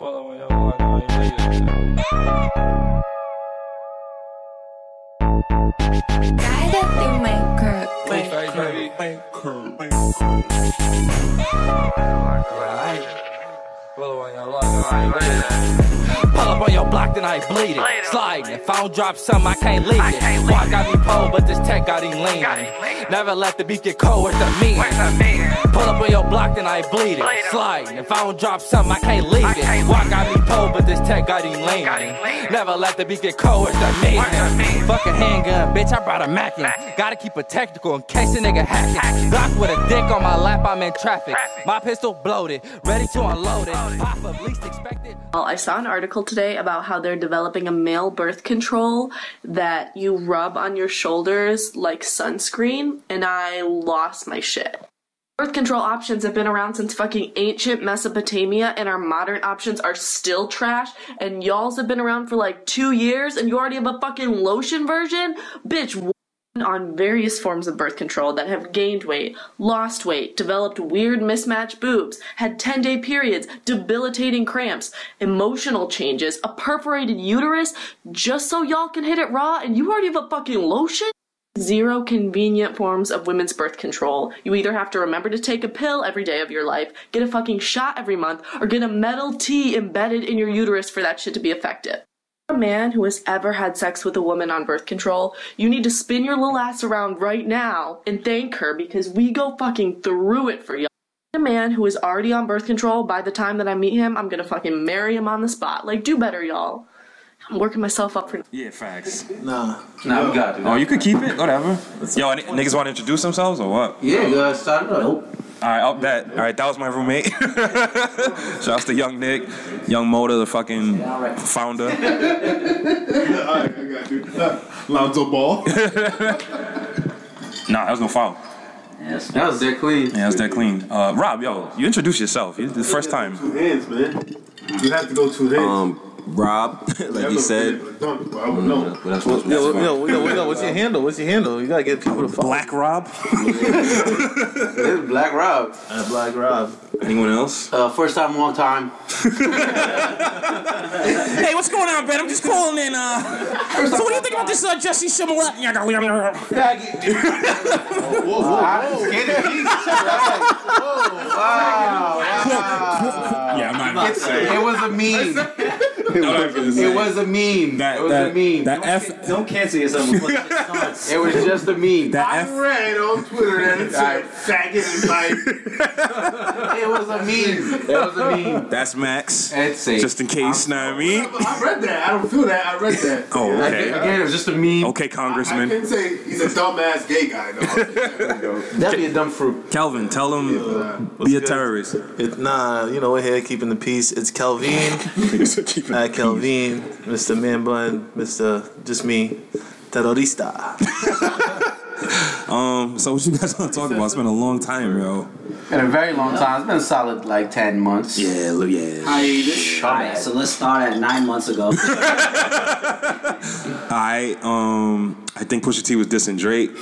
Following your heart, all you need is that. guided through my curve. Big face, baby. Yeah, I Following your heart, all you need is that. Pull up on your block, then I bleed it. Sliding. If I don't drop some, I can't leave it. Walk got me pole, but this tech got him leaning. Never let the beat get cold with the mean. Pull up on your block, then I bleed it. Sliding. If I don't drop some, I can't leave it. Walk got me pole, but this tech got him leaning. Never let the beat get cold with the mean. Fuck a handgun, bitch. I brought a Mac in. Gotta keep it tactical in case a nigga hacking. Glock with a dick on my lap, I'm in traffic. My pistol bloated, ready to unload it. Pop up, least expected. Well, I saw an article today about how they're developing a male birth control that you rub on your shoulders like sunscreen, and I lost my shit. Birth control options have been around since fucking ancient Mesopotamia, and our modern options are still trash. And y'all's have been around for like two years, and you already have a fucking lotion version? Bitch, on various forms of birth control that have gained weight, lost weight, developed weird mismatched boobs, had 10 day periods, debilitating cramps, emotional changes, a perforated uterus, just so y'all can hit it raw and you already have a fucking lotion? Zero convenient forms of women's birth control. You either have to remember to take a pill every day of your life, get a fucking shot every month, or get a metal T embedded in your uterus for that shit to be effective a man who has ever had sex with a woman on birth control, you need to spin your little ass around right now and thank her because we go fucking through it for y'all. A man who is already on birth control, by the time that I meet him, I'm gonna fucking marry him on the spot. Like, do better, y'all. I'm working myself up for. Yeah, facts. Nah. Nah, we got it. Oh, you could keep it. Whatever. Yo, any, niggas want to introduce themselves or what? Yeah, go ahead, start it up. All right, up that. All right, that was my roommate. Shouts to Young Nick, Young Motor, the fucking founder. Alright, I got you. Lonzo Ball. Nah, that was no foul. That was that clean. Yeah, that's that clean. Uh, Rob, yo, you introduce yourself. You- This is the first time. Two hands, man. You have to go two hands. Um, Rob, like you said. Dunk, bro. I would know. Well, that's what's- Yo, yo, yo, yo, what's your handle? What's your handle? You gotta get people to follow. Black Rob. It's Black Rob. Uh, Black Rob. Anyone else? Uh, first time, long time. Hey, what's going on, Ben? I'm just calling in. Uh, so, what do you think about this uh, Jesse Smollett? Yo, Yeah, I'm not even saying. It was a meme. It was a meme. That, it was that, a meme. that F, Don't cancel yourself with what shit starts. it was just a meme. that I F, read on Twitter that it said faggot and like it was a meme. It was a meme. that's Max. That's safe. Just in case, know what I mean? I read that. I don't feel that. I read that. Oh, Yeah. okay. Again, it was just a meme. Okay, I Congressman. can say he's a dumbass gay guy. though. That'd be a dumb fruit. Calvin, tell him be a terrorist. It, nah, you know, we're here keeping the peace. It's Kelvin. At Kelvin, Mr. Man Bun, Mr. Just Me, Terrorista. Um, so what you guys want to talk about? It's been a long time, yo. Been a very long time. It's been a solid like ten months. Yeah, look, yeah. Alright, so let's start at nine months ago. I um, I think Pusha T was dissing Drake. Um,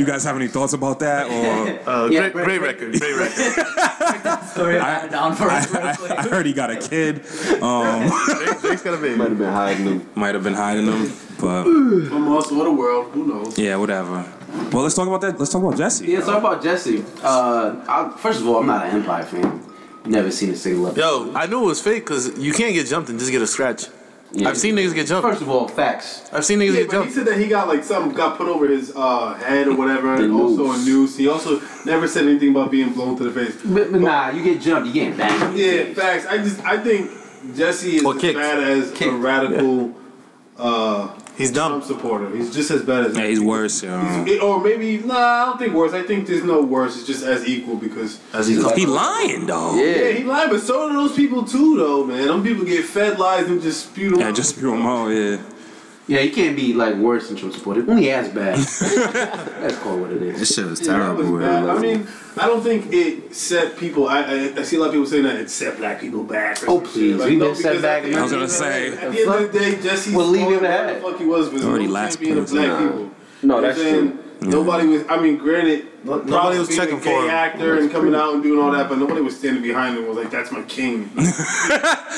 you guys have any thoughts about that? Or Uh, Yeah, great, great, record, great record. Sorry, I, down for us real I, quick. I heard he got a kid. Um, Drake, Drake's got a baby. Might have been hiding them. might have been hiding them, but From us or the world, who knows? yeah, whatever. Well, let's talk about that. Let's talk about Jesse. Yeah, talk about Jesse. Uh, I, first of all, I'm not an Empire fan. Never seen a single episode. Yo, I knew it was fake because you can't get jumped and just get a scratch. Yeah. I've seen niggas get jumped. First of all, facts. I've seen niggas Yeah, get but he jumped. said that he got like something got put over his uh, head or whatever, The and also a noose. noose. He also never said anything about being blown to the face. But, but nah, you get jumped, you get banged. Yeah, facts. I just I think Jesse is Or as kicked. bad as a Kicked. radical uh, He's Trump dumb. supporter. He's just as bad as Yeah, he's worse, yo. He's- or maybe nah, I don't think worse. I think there's no worse. It's just as equal because As he's He lying though. yeah, he lied, but so do those people too, though, man. Them people get fed lies and just spew them. Yeah, out. just pure mo. Yeah, Yeah, you can't be like worse than Trump supporter. Only ass bad. That's called what it is. This shit was Yeah, that was terrible. bad. I mean, I don't think it set people. I, I, I see a lot of people saying that it set black people back. or Oh, some shit. please, Like, we no, didn't set because back at the I was end of gonna the day- say. At the end of the day, Jesse We'll leave him where at. the fuck he was, but Already already last last being a person. black people. No, You know that's what I'm true. saying? Nobody was. I mean, granted, nobody was being a checking gay for him. actor and coming out and doing all that, but nobody was standing behind him. and Was like, "That's my king."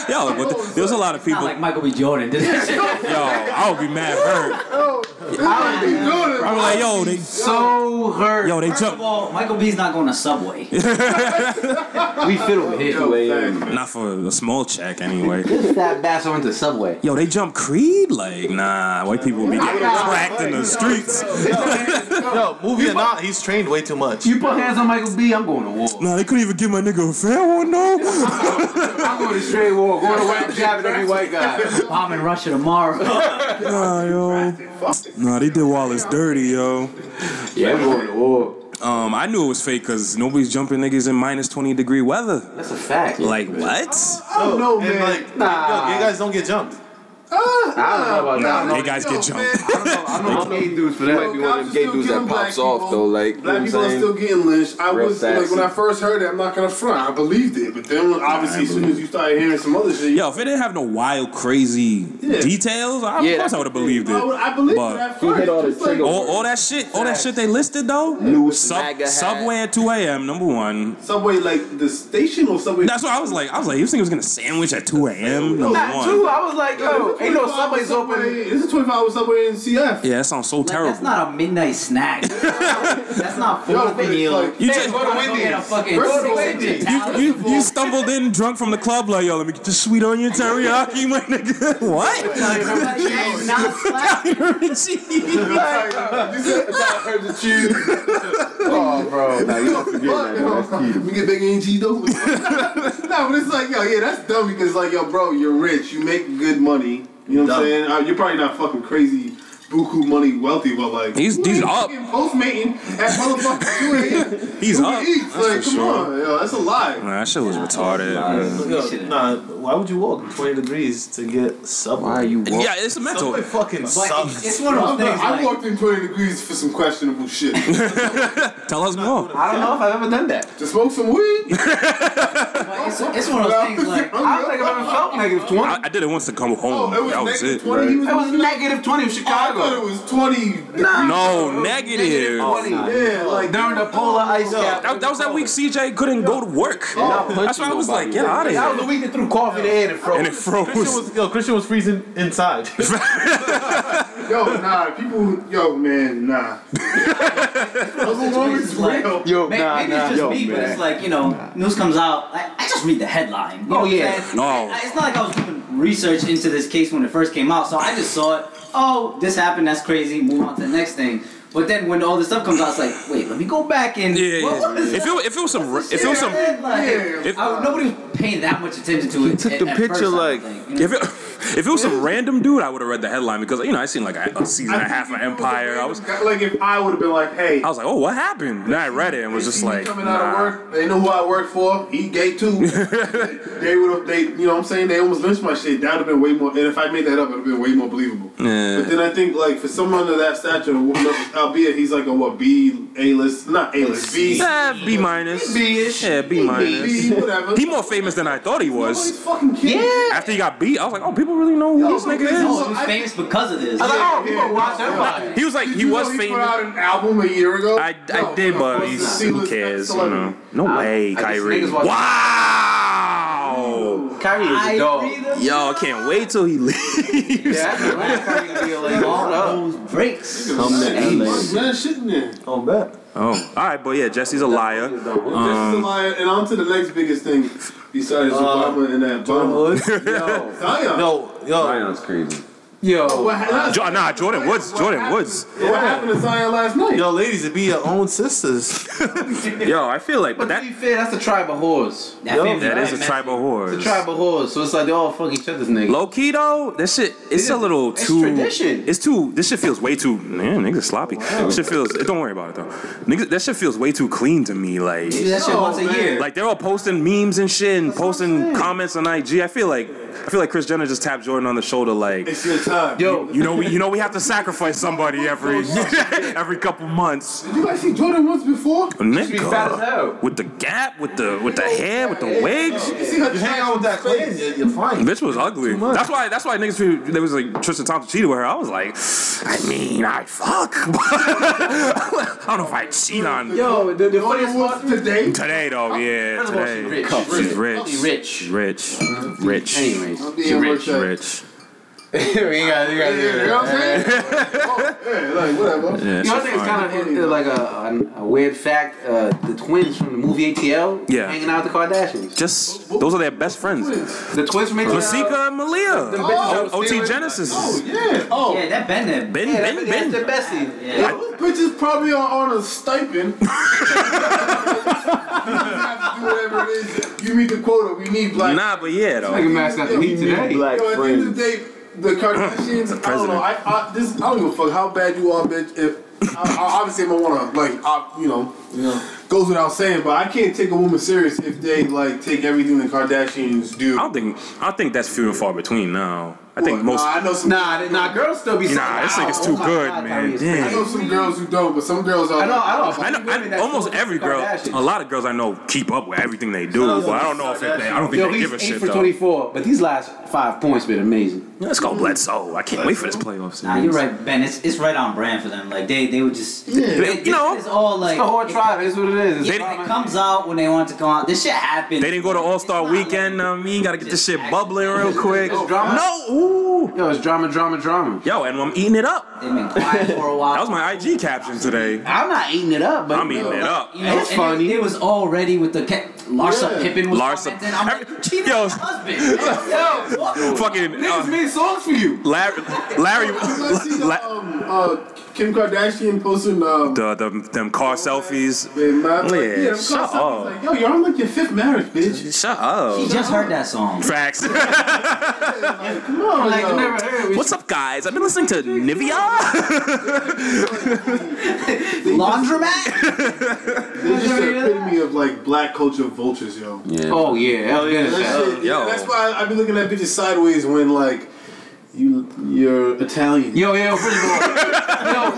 Yo, but there's a lot of people. like Michael B. Jordan. Yo, I would be mad hurt. Oh, I be doing I'm like, yo, they so hurt. Yo, they First jump- Of all, Michael B's not going to Subway. We fiddle with it. Yo, Not for a small check, anyway. This fat bastard went to Subway. Yo, they jump Creed? Like, nah, white people be getting cracked in the streets. Yo, movie or not, he's trained way too much. You put hands on Michael B, I'm going to war. Nah, they couldn't even give my nigga a fair one, though. I'm going to straight war, going to whack jabbing every white guy. I'm in Russia tomorrow. nah, yo. Nah, they did Wallace dirty, yo. Yeah, I'm going to war. Um, I knew it was fake because nobody's jumping niggas in minus 20 degree weather. That's a fact. Like, what? Oh no, man. Like, Nah. yo, gay guys don't get jumped. I don't know about Nah, that. gay guys get jumped. I don't know about gay dudes, but that might be one of them gay dudes that pops off though. Like, you know what Black I'm people are saying? still getting lynched. I Real was like, sassy. when I first heard it, I'm not gonna front. I believed it, but then when- obviously, as soon as you started hearing some other shit, Yo, if it didn't have no wild, crazy Yeah. details, I, Yeah, of course that I would have believed it. I would- I believed it But- Oh, at first. He hit all the Just like- trigger all, all that shit, all that shit they listed though. New Sub, MAGA hat. Subway at 2 a.m. Number one. Subway like the station or Subway. oh. That's what I was like. I was like, you think it was gonna sandwich at 2 a.m. Number Not one. two. I was like, yo, This is ain't no 24 Subway's hour open. Subway- This is 25 hour Subway in CF. Yeah, that sounds so terrible. That's not a midnight snack. That's not food Yo, for you. like- You Man, just- go to Wendy's. a fucking First of six all, inch Wendy's. Italian- you, you, you stumbled in drunk from the club, like, yo, let me get the sweet onion teriyaki, my nigga. What? That's not slack. You said that hurt the cheese. Oh, bro. Nah, you don't forget that. bro. That's cheating. We get bacon and cheese though. no, but it's like, yo, yeah, that's dumb because, like, yo, bro, you're rich. You make good money. You know what I'm saying? Uh, you're probably not fucking crazy, buku money wealthy, but like, He's- who he's ain't up. fucking Postmating at motherfucking 2 a.m. He's Uber up, Eats. that's Like, for come sure. on, yo, that's a lie. Nah, that shit was retarded. man. Yo, nah, why would you walk 20 degrees to get Subway? Why are you walking? Yeah, it's mental. Subway fucking sucks. It's one of those I'm not- things. I like- walked in 20 degrees for some questionable shit. Tell us more. I don't know if I've ever done that. to smoke some weed? But it's, it's one of those things like I don't think I've ever felt negative 20. I, I did it once to come Oh, home. it was that was negative it. 20. He was It was negative 20 in I thought Chicago. it was 20. Nah. No, Oh, negative. Yeah, like, During the polar ice cap. That, that was that week CJ couldn't go to work. That's why I was like, get out of That was here. the week they threw coffee in the air and froze. And it Christian froze. was, yo, Christian was freezing inside. Yo, nah, people, yo, man, nah. Those moments, like- real. Yo, May- nah, maybe nah, it's just yo, me, but man. it's like you know, news comes out. I, I just read the headline. You know Oh, what I'm yeah. saying? No. I- I- it's not like I was doing research into this case when it first came out, so I just saw it. Oh, this happened. That's crazy. Move on to the next thing. But then when all this stuff comes out, it's like, wait, let me go back and Yeah, yeah. what was If that? it if it was some if it was some Like, if- I- nobody was paying that much attention to it. took at- the at picture, first, I don't like, think, you know? if it, if it was some random dude, I would have read the headline because you know I seen like a, a season and a half of Empire. I was like, if I would have been like, hey, I was like, oh, what happened? And I read it and was they just see me like, coming out of nah. work, they know who I work for. He gay too. they would have, they, you know, what I'm saying they almost lynched my shit. That would have been way more. And if I made that up, it'd have been way more believable. But then I think like for someone of that stature, albeit he's like a what B A list, not A list, B, Nah, B minus. B-ish. Yeah, B minus. B, whatever. He more famous than I thought he Nobody's was. fucking kidding. yeah, After he got beat, I was like, oh, people really know who Yo, this no, nigga is. no, he was famous because of this. I was like, oh, Yeah, people watch yeah. everybody. He was like, Did he you was know He put famous. out an album a year Oh, ago. I, I did, but he's, who cares? You know? No way, I just- Kyrie. niggas watch- Wow! Kyrie is a dog. Yo, I can't wait till he leaves. Yeah, I remember Kyrie to be like, hold up. All those breaks. There's mad shit in there. Oh, bet. Oh, all right, but yeah, Jesse's a liar. This is Um, my- and on to the next biggest thing besides Obama and that Jordan bomb. Woods. Yo, Zion. Yo, yo. Zion's crazy. yo. What, ha- Jo- nah, Jordan Woods. Jordan happened- Woods. What happened to Zion last night? Yo, ladies, it be your own sisters. Yo, I feel like, but But to be that fair, that's a tribe of whores. That Yo, family that is man, a man. tribal It's a horse. tribe of whores, so it's like they all fuck each other's niggas. Low key though, this shit it's a little it's too. tradition. Oh, It's too. This shit feels way too. Man, niggas sloppy. This shit feels. Don't worry about it though. Niggas, that shit feels way too clean to me. Like, Do that shit Oh, once a man. year. like they're all posting memes and shit and posting comments on IG. I feel like I feel like Chris Jenner just tapped Jordan on the shoulder. Like, It's your time. Yo, you know we you know we have to sacrifice somebody every every couple months. Did you guys see Jordan once before? Nigga, with the gap, with the with the hair, with the wigs. You see her hang out with that clan, you're, you're fine. Bitch was ugly. That's why. That's why niggas. who- There was like Tristan Thompson cheated with her. I was like, I mean, I fuck. I don't know if I cheat on. Yo, the, the funniest part today. Today though, yeah. First of all, Mm-hmm. she's Today. rich. She's She's rich. rich. Rich. Rich. Rich. Anyways. She's rich. Rich. we got, we got You know what I'm saying? Oh, Yeah, like, whatever. You know, I think it's kind of like a, a, a weird fact. Uh, the twins from the movie ATL Yeah. hanging out with the Kardashians. Just those are their best friends. The twins from ATL. Masika and Malia. Them bitches O- that was OT stealing- Genesis. Oh, Yeah. Oh. Yeah, that Ben there. Ben, Yeah, Ben, that's Ben. the bestie. Yeah. Those bitches probably are on a stipend. you have to do whatever it is. You meet the quota. We need black. Nah, but yeah, though. Nigga mask got the meat today. Yo, at the end of the day, the Kardashians. I don't know. I, I, this, I don't give a fuck how bad you are, bitch. If I, I obviously I'm gonna wanna like, I, you know, you know, goes without saying. But I can't take a woman serious if they like take everything the Kardashians do. I don't think I don't think that's few and far between now. I think most. Nah, I know some. Nah, they- nah, girls still be saying, Nah, this nigga's "Oh, too my good, God, man. Tyrese, Damn. I know some girls who don't, but some girls are. I know, I know. I know, I, almost every girl, a lot of girls I know keep up with everything they do, but I don't know if it, they, I don't think Yo, they he's give a eight shit for though. 24, but these last five points been amazing. Let's go Bledsoe. I can't wait for this playoff series. Nah, you're right, Ben. It's it's right on brand for them. Like they they would just They- you know, it's all like the whole it- tribe. It's what it is. It's It, drama. it comes out when they want to come out. This shit happened. They didn't go to All Star Weekend. I mean, gotta get this shit bubbling real quick. It's drama. No, ooh. Yo, it's drama, drama, drama. Yo, and I'm eating it up. They've been quiet for a while. That was my IG caption today. I'm not eating it up, but I'm eating it up. You know, It's and funny. It, it was already with the ca- Larsa Yeah. Pippen was Larsa- commenting. I'm like, cheating Yo. on my husband. Yo, what? Fucking Niggas uh, made songs for you. Larry, Larry, I see the, La- um, uh, Kim Kardashian posting um, the, the them car selfies. Man, man, like, yeah, Yeah, them shut concepts, up. Like, yo, you're on like your fifth marriage, bitch. Shut up. He just heard that song. Facts. Come on, Like, yo. I never heard. What's up, guys? I've been listening to Nivea. Laundromat? They're just the epitome of like black culture vultures, yo. Oh, yeah. Hell yeah. That shit, Yo. yeah, that's why I, I be looking at bitches sideways when like you you're Italian. Yo, yo, first of all,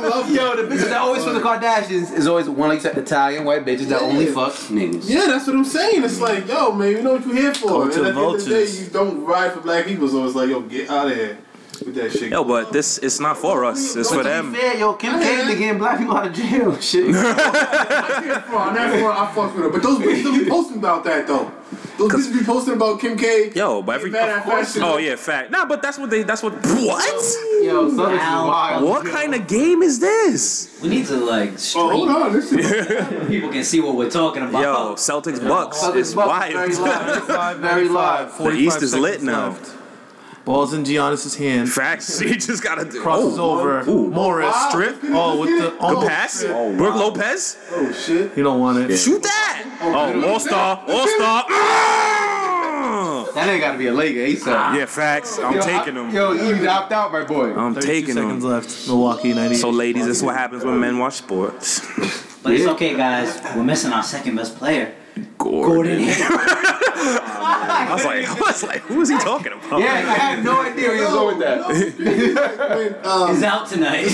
Love yo, yo, the bitches that always for the Kardashians is always one except Italian white bitches that Yeah. only fuck niggas. Yeah, that's what I'm saying. It's like, yo, man, you know what you're here for. Culture and at the end of the vultures. day, you don't ride for black people, so it's like, yo, get out of here with that shit. Yo, but this it's not for us. It's for them. Yeah, yo, Kim K to getting black people out of jail. Shit. Bro, on that front, I fuck with her. But those bitches don't be posting about that though. Those bitches be posting about Kim K. Yo, but every Mad at of course, fashion. oh yeah, fact. Nah, but that's what they. That's what. What? Yo, Southern is Wow. wild. What kind of game is this? We need to like Oh, stream hold on, this shit. so people can see what we're talking about. Yo, Celtics Bucks. Southern It's is wild. Very wild. live. Very live. The East is lit now. Balls in Giannis's hand. Facts. He just gotta do. Crosses Oh, over. Ooh. Morris. Wow. Strip. Oh, with the Good oh, pass. Brooke Lopez. Oh shit. You don't want it. Shoot that. Oh, All Star. All Star. That ain't gotta be a leg ASAP. Yeah, facts. I'm taking Um, them. Yo, you opt out, my boy. I'm 32 taking seconds them. left. Milwaukee 98. So, ladies, this is what happens when men watch sports. But it's okay, guys. We're missing our second best player. Gordon. I was like, I was like, who is he talking about? yeah, I had no idea where you was going with that. Um, He's out tonight.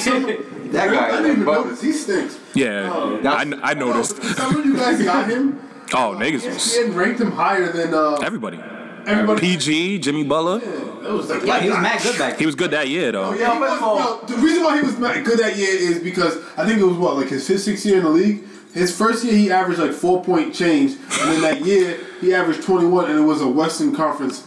That I didn't even guy, but notice. He stinks. Yeah, I, that's- I noticed. Some of you guys got him. Oh, niggas was ESPN ranked him higher than uh, everybody. everybody. PG, Jimmy Butler. That was like, yeah, he was mad good back He was good that year though. Yeah, he was, no, the reason why he was not good that year is because I think it was what like his fifth, sixth year in the league. His first year he averaged like four point change, and then that year he averaged twenty one, and it was a Western Conference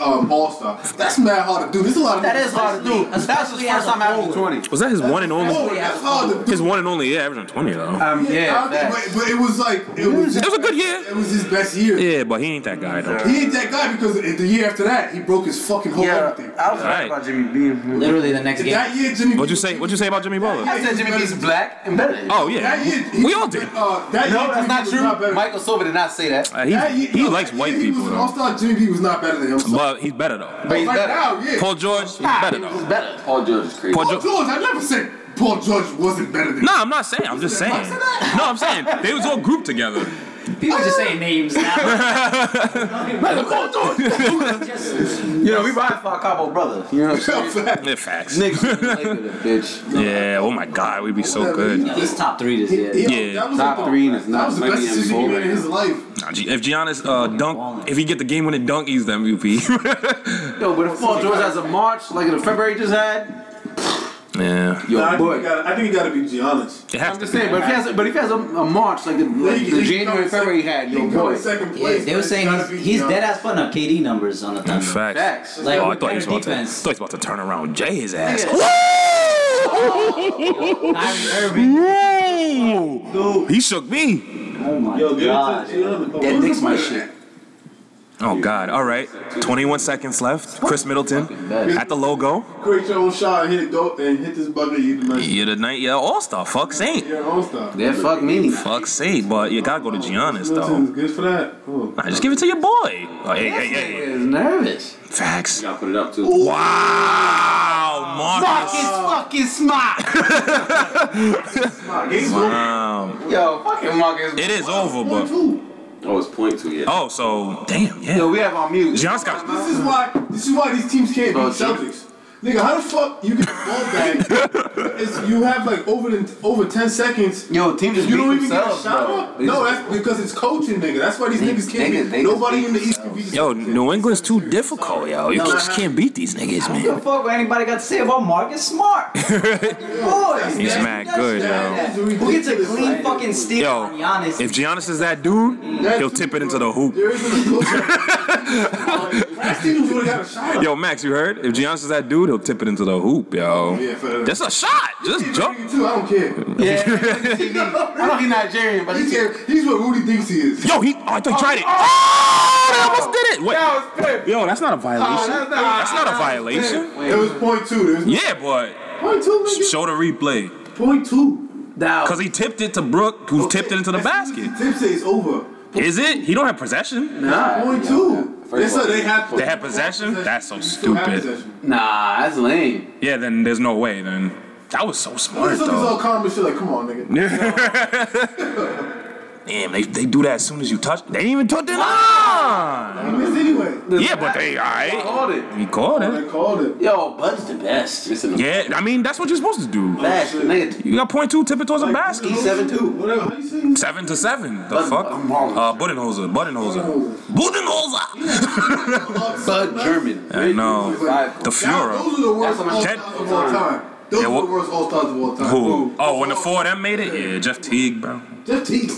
um, All Star. That's mad hard to do. There's a lot of that is hard to do. That's his Especially as first a time after forward. 20. Was that his one and Oh, only? that's hard to do. His one and only year, averaging twenty though. Um, yeah, I don't facts. think- but, but it was like it was. It was a good year. It was his best year. Yeah, but he ain't that guy though. He ain't that guy because the year after that he broke his fucking whole everything. I was Right. right about Jimmy Beam. Literally the next game. That year Jimmy. What'd you say? What'd you say about Jimmy Butler? I said Jimmy Beam's black and better. than Oh That year, yeah, he- we all did. Uh, that No, year that's Jimmy not was true. better than- Michael Silver did not say that. Uh, he That year- he no, likes that white year He people was an though, all-star. Jimmy B was not better than him. So but he's better though. But he's right better. now, yeah. Paul George, he's better He was though. better. Paul George is crazy. Paul Paul George. George, I never said Paul George wasn't better than. No, I'm not saying. I'm just saying. No, I'm saying they was all grouped together. People are just saying names now. just, You know, we riding for our Cabo brother. You know what I'm saying? Yeah, facts. bitch. Yeah. Oh my God, we'd be so good. He's top three this year. Yeah. that was Top the- three in his that nuts. was the Might best be in decision he four made in right his now. life. Nah, G- if Giannis uh, dunk, if he get the game winning dunk, he's the MVP. Yo, but if Paul George has a March like in February he just had, yeah. yo, Nah, I, think boy. it gotta, I think it gotta be Giannis. It has I'm just saying, but if he has, but if he has a, a March like the, like the January February he had, yo, boy. yeah, they were saying he's, he's dead ass putting up KD numbers on the In Thunder. fact. Facts. Like, oh, I thought he was better about to. I defense. thought he was about to turn around, Jay his ass. Whoa! He shook me. Oh my Yo, give god. it to Giannis. That nicks my shit. Oh God! All right, 21 seconds left. Chris Middleton at the logo. Create your own shot and hit it dope and hit this bucket. You the man. You're the night, yeah, all star. Fuck sake. Your own stuff. me. Fuck sake, but you gotta go to Giannis though. Middleton's good for that. Oh. Nah, just give it to your boy. Oh, hey, hey, hey, hey. Is nervous. Facts. Y'all put it up too. Wow, Marcus. fucking smart. Wow. Yo, fucking Marcus. It is over, but Oh, it's point two. Yeah. oh, so damn, yeah. Yo, we have on mute. Giannis got. This is why. This is why these teams can't beat Oh, shit. Celtics. Nigga, how the fuck you get the ball back? It's, you have like over the, over ten seconds. Yo, teams just You don't beat even get a themselves, shot bro. up. They No, just- that's because it's coaching, nigga. That's why these They- niggas they can't just- they beat. just Nobody beat in the East can beat. Yo, New England's too difficult, yo. You just can't beat these niggas, What the man. fuck what anybody got to say about Marcus Smart? Boys, He's man, mad that's- good, yo. that's- Who gets a clean fucking steal Yo, on Giannis? if Giannis is that dude, he'll tip it into the hoop. There isn't a coach. Last team would have got a shot. up. Yo, Max, you heard? If Giannis is that dude, he'll tip it into the hoop, yo. Yeah, for That's a shot. Just jump. You too. I don't care. I know he's Nigerian, but He he's can't- He's what Rudy thinks he is. Yo, he. Oh, I thought he tried it. Oh, they almost did it. Wait. That was fair. Yo, that's not a Oh, violation. That's not a violation. It was point two. There was Yeah, boy. point two, nigga. Show the replay. Point two. That Cause he tipped it to Brooke, who tipped it into the As soon basket. as the Tip says over. Is it? He don't have possession. nah, Point two. They said they had. They had possession. That's so You still have stupid. possession. nah, that's lame. Yeah, then there's no way. Then that was so smart This is all though. calm and shit. Like, come on, nigga. Damn, they, they do that as soon as you touch. They ain't even touch it. Ah! He missed anyway. Yeah, but they alright. Called it. He called They it. called it. Yo, Bud's the best. It's in the Yeah, I mean that's what you're supposed to do. Best nigga. You got point two, tip it towards a basket. He's E seven two. Whatever. How you say this? Seven to seven. The Bud- fuck? Bud- Uh, Budenholzer. Budenholzer. Budenholzer. Bud German. I know. Five. The Now, Those are Fuhrer. the worst That's all Ted- stars of all time. Those Yeah, are what- the worst all stars of all time. Who? Oh, when the four of them made it. Yeah, Jeff Teague, bro. Jeff Teague.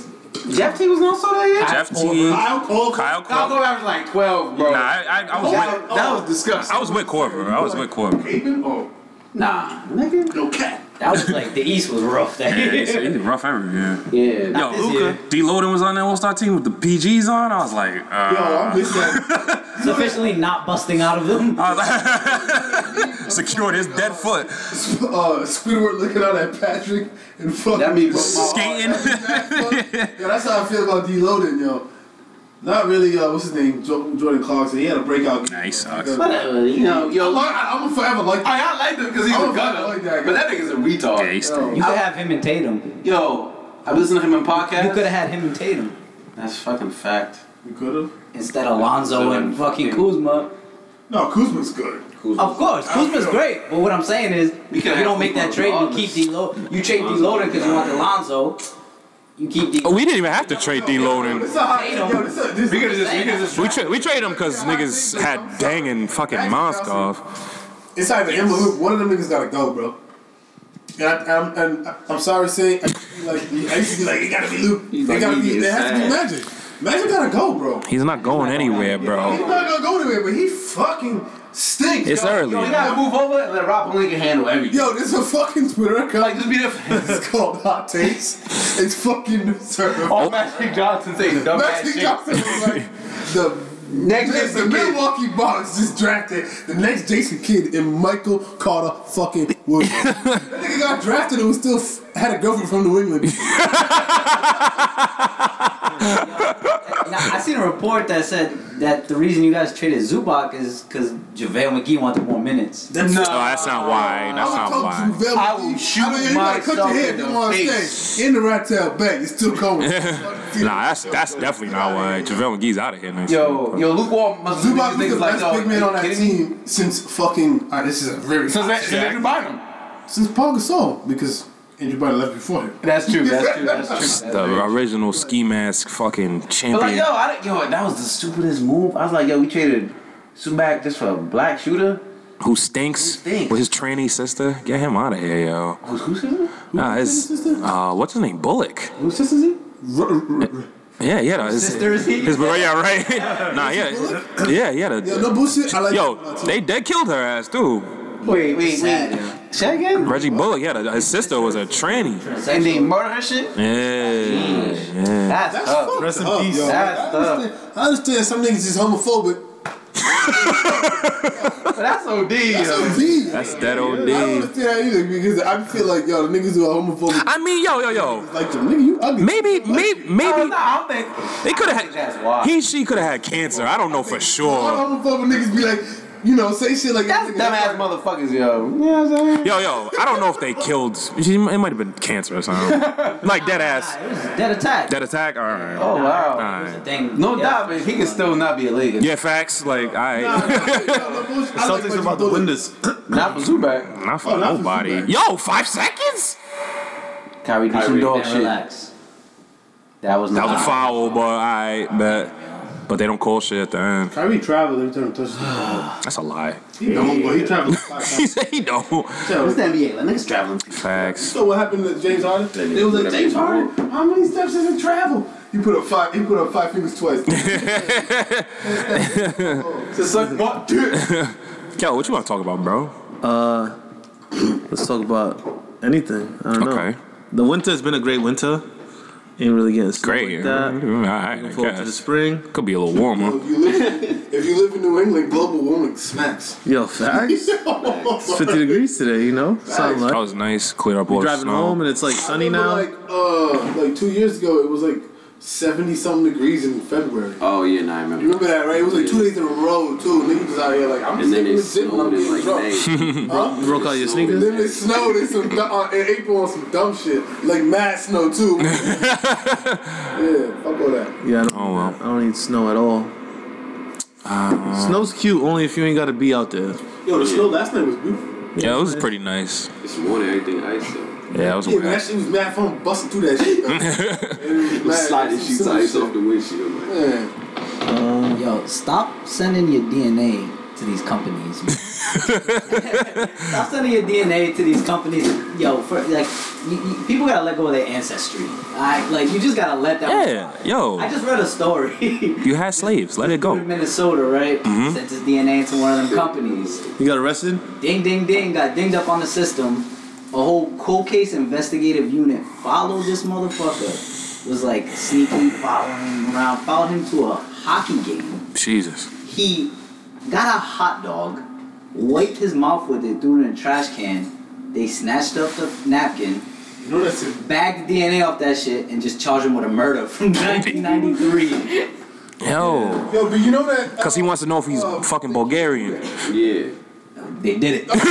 Jeff T was not so that yet. Jeff Teague. Kyle Cole. Kyle I'll Korver. go average like twelve, bro. Nah, I, I, I was that, with. that was disgusting. I was with Corver. I was with Corver. Aikman? Oh, Nah, nigga. no cat. that was like the East was rough that year. rough every year. Yeah. Yo, this year. Luca, D. Loden was on that All Star team with the PGs on. I was like, uh, Yo, I missed that. It's officially not busting out of them. I was like, secured his dead foot, Uh, Squidward looking out at Patrick and fucking. That means- skating. Yo, that's how I feel about D-Loading, yo. Not really, uh, what's his name? Jo- Jordan Clarkson. He had a breakout game. Nah, he sucks. Because- uh, Whatever, you know, I yo. like- I- I'm forever like I, I like him because he's I'm a a gunner, Oh, like that guy. but that nigga's a retard. Yeah, he stinks. You could have him and Tatum. Yo, I've listened to him in podcast. You could have had him and Tatum That's fucking fact. You could have. instead of Lonzo and fucking Kuzma. No, Kuzma's good. Of course, Kuzma's great. But what I'm saying is, We if could you have don't make that Kuzma trade, you keep regardless. D. Lo- you trade D. Loden because you want the Lonzo. You keep D. we didn't even have to trade D. Loden. It's a hot yo, this a, this could have just, we could just. We, tra- we traded him because niggas had Dang and fucking Moskov. It's not even him or Luke. One of them niggas gotta go, bro. And, I, I'm, and I- I'm sorry saying, I used to be like, I used to be like, it gotta be Luke. It like, gotta he be, is there has to be sad. Magic. Magic gotta go, bro. He's not going anywhere, He's bro. not gonna go anywhere, but he fucking stinks. It's yo. early. Yo, we gotta move over and let Rob Lincoln handle everything. Yo, this is a fucking Twitter account. Like, just be there. it's called Hot Takes. It's fucking absurd. All Magic Johnson saying dumb ass Magic Oh, shit. Johnson was like the Next Yes, the Jason Kidd. Milwaukee Bucks just drafted the next Jason Kidd and Michael Carter fucking Williams. that nigga got drafted and was still f- had a girlfriend from New England. Now I seen a report that said that the reason you guys traded Zubac is because JaVale McGee wanted more minutes. That's- No. Oh, that's not why. That's Oh, I would not talk why. I will shoot I mean, you might cut your head come on stage in the rat tail back. It's still going. nah, that's that's definitely not why. JaVale McGee's out of here next Yo, year. yo, Luke Wall must be Zubac niggas was the like, best yo, big man on that team since fucking. ah, this is a very Since that- since Andrew Bynum. Since Paul Gasol, because Andrew Bynum left before him. That's true, that's true, that's true. The original ski mask fucking But like, champion. yo, I, didn't- yo, that was the stupidest move. I was like, yo, we traded Subac just for a black shooter. Who stinks? With his tranny sister. Get him out of here, yo. Who's, who's his Nah, his, uh, what's his name? Bullock. Whose sister is he? Yeah, yeah. His, Sister is he? His, yeah, right. nah, yeah. Yeah, yeah. The, Yo, no bullshit. I like yo, they, they killed her ass, too. Wait, wait, wait. Say again? Reggie Bullock, yeah. the- His sister was a tranny. And they murder her shit? Yeah. yeah. That's, up. fucked Rest in up, peace. yo. That's I understand, I understand some niggas is homophobic. but that's OD. That's OD. That's that I don't OD. understand that either because I feel like yo, the niggas who are homophobic. I mean, yo, yo, yo. Like them, nigga, you ugly. Maybe, maybe, maybe. Oh, I don't think they could have why. had. He, she could have had cancer. I don't know for All sure. homophobic niggas be like, you know, say shit like that's dumbass motherfuckers, yo. Yo, yo, I don't know if they killed. It might have been cancer or something. Like dead ass. Dead attack. Dead attack. All right. Oh, wow. All right. No doubt, but he can still not be illegal. Yeah, facts. Like I. Celtics are about to win this. not for Zubac. Not Oh, for nobody. Yo, five seconds. Kyrie, do some Kyrie, dog man, shit. relax. That was That not was a foul, but I bet. But they don't call shit at the end. Kyrie traveled every time he touches the ball. That's a lie. He don't, but he travels five times. he said he don't. What's the NBA? Like, niggas traveling. Facts. So what happened to James Harden? They was like James Harden, how many steps does it travel? He put up five. He put up five fingers twice. To suck my dick. Kel, what you want to talk about, bro? Uh, let's talk about anything. I don't Okay. know. The winter has been a great winter. Ain't really getting snow Great. Like that. All right, I Looking forward to the guess. spring. Could be a little warmer. If you live, if you live in New England, global warming smacks. Yo, facts. It's 50 degrees today, you know? Something like That was nice. Clear up all You're the driving snow. home and it's like I sunny remember, now. Like uh, like two years ago, it was like seventy something degrees in February. Oh, yeah, nah, I You remember. remember that, right? It was like two days in a row, too. Niggas was out here like, I'm And then it just sitting, I'm snowed in, getting like, drunk. May. Huh? Broke out your sneakers? Then it snowed in some du- uh, in April on some dumb shit, like mad snow too. yeah, fuck all that. Yeah, I don't, I don't need snow at all. Snow's cute only if you ain't got to be out there. Yo, the snow last night was beautiful. Yeah, it was pretty nice. This morning, everything ice, though. Yeah, it was Yeah, man, weird. that shit was mad fun busting through that shit. It was mad. Sliding sheets of ice off the windshield, man. Yeah. Yo, stop sending your DNA to these companies. man. stop sending your DNA to these companies. Yo, for, like, you, you- people gotta let go of their ancestry. I like, you just gotta let that. Yeah, yo. I just read a story. You had slaves. Let it go. Minnesota, right? Mhm. Sent his DNA to one of them companies. You got arrested? Ding, ding, ding. Got dinged up on the system. A whole cold case investigative unit followed this motherfucker. Was like sneaky, following him around. Followed him to a hockey game. Jesus. He got a hot dog, wiped his mouth with it, threw it in a trash can. They snatched up the napkin. Bagged the DNA off that shit and just charged him with a murder from 1993. Yo. Yo, but you know that. Because he wants to know if he's fucking Bulgarian. Yeah. They did it. If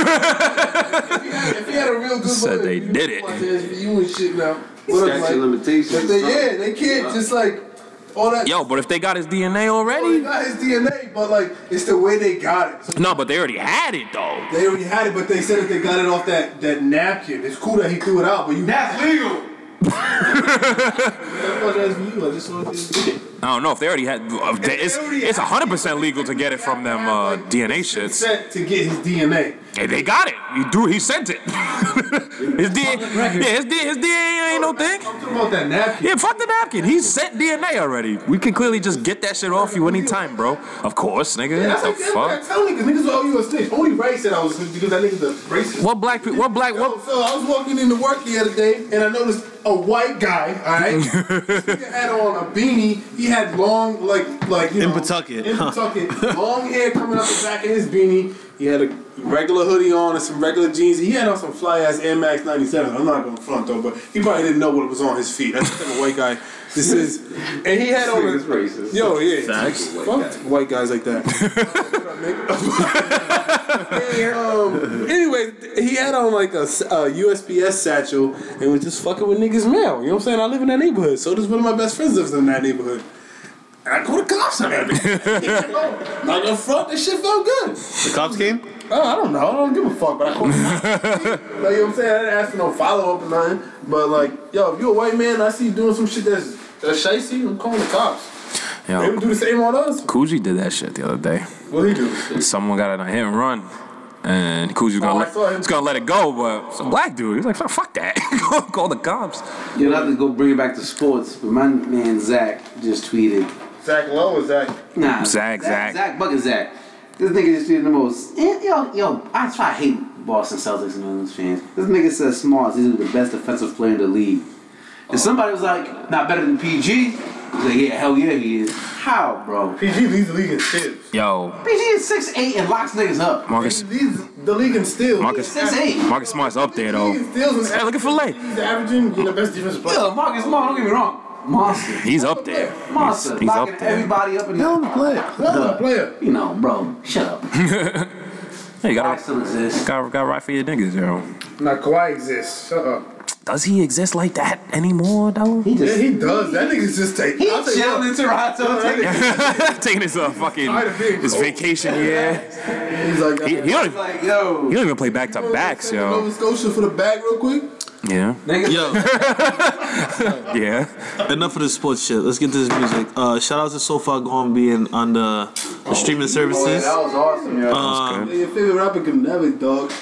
he had a real good Said lawyer, they you did know, it. like, there's You and shit now. What up, Statute like, of limitations, But they, bro. yeah, they can't just like all that. Yo, but if they got his DNA They already? got his DNA, but like it's the way they got it. No, but they already had it though. They already had it, but they said that they got it off that, that napkin. It's cool that he threw it out, but you. That's legal. I don't know if they already had. if they- It's it's hundred percent legal to get it from them uh, DNA shits. Sent to get his DNA. Hey, they got it. He drew. He sent it. his DNA. Yeah, his, D, his DNA ain't no thing. about that napkin. Yeah, fuck the napkin. He sent DNA already. We can clearly just get that shit off you anytime, bro. Of course, nigga. Yeah, that's the like that's what fuck? I tell niggas. Niggas will owe you a snitch. Only Ray said I was because that nigga's a racist. What black people? What black? What? So I was walking into work the other day and I noticed a white guy. All right, this nigga had on a beanie. He had long, like, like you In know, Pawtucket. in Pawtucket, long hair coming out the back of his beanie. He had a regular hoodie on and some regular jeans. He had on some fly ass Air Max 97. I'm not going to front though, but he probably didn't know what was on his feet. That's the type of white guy This is, and he had on a, yo, yeah, Fuck white guys like that. And, um, anyway, he had on like a, s- a USPS satchel and was just fucking with niggas' mail. You know what I'm saying? I live in that neighborhood, so does one of my best friends lives in that neighborhood. And I called the cops on that. bitch. like up front, this shit felt good. The cops came? Oh, I don't know. I don't give a fuck, but I called the cops. Like, you know what I'm saying? I didn't ask for no follow up or nothing. But, like, yo, if you a white man and I see you doing some shit that's, that's shicey, I'm calling the cops. They would do the same on us. Coogee did that shit the other day. What he do? Someone got it on hit and run. And Coogee was Oh, I gonna, saw let, him. was gonna let it go, but some black dude, he was like, fuck, fuck that. Go Call the cops. You'll have to go bring it back to sports, but my man Zach just tweeted. Zach Lowe is Zach. Nah, Zach, Zach. Zach, Zach, bucket Zach. This nigga just tweeted the most. eh, Yo, yo, I try to hate Boston Celtics and New Orleans fans. This nigga says Smalls is the best defensive player in the league. And somebody was like, not better than PG. He's like, yeah, hell yeah, he is. How, bro? PG leads the league in steals. Yo, PG is 6'8 and locks niggas up. Marcus. The league in steals. Marcus, Six, eight. Marcus Smart's up there, though. Steals and Hey, look at Filet. He's averaging you know, best defensive player. Yeah, Marcus Smart, don't get me wrong. Monster. He's up there. Monster. He's, he's locking up there. everybody up in the Hell of a player. Hell of a player. You know, bro, shut up. Hey, you gotta, still exists. Gotta, gotta ride for your niggas, yo. Now, Kawhi exists. Shut up. Does he exist like that anymore, though? He yeah, he does. That nigga's just taking. He chilled in Toronto. taking his uh, fucking Tired of being his cold. vacation year. He's like, he, he don't, like, yo. he don't even play back to backs, yo. Nova Scotia for the bag real quick. Yeah, Yo. yeah. Enough of this sports shit. Let's get to this music. Uh, shout out to So Far Gone being on the, the streaming services. that was awesome, yo. Um, Your favorite rapper can have it, dog.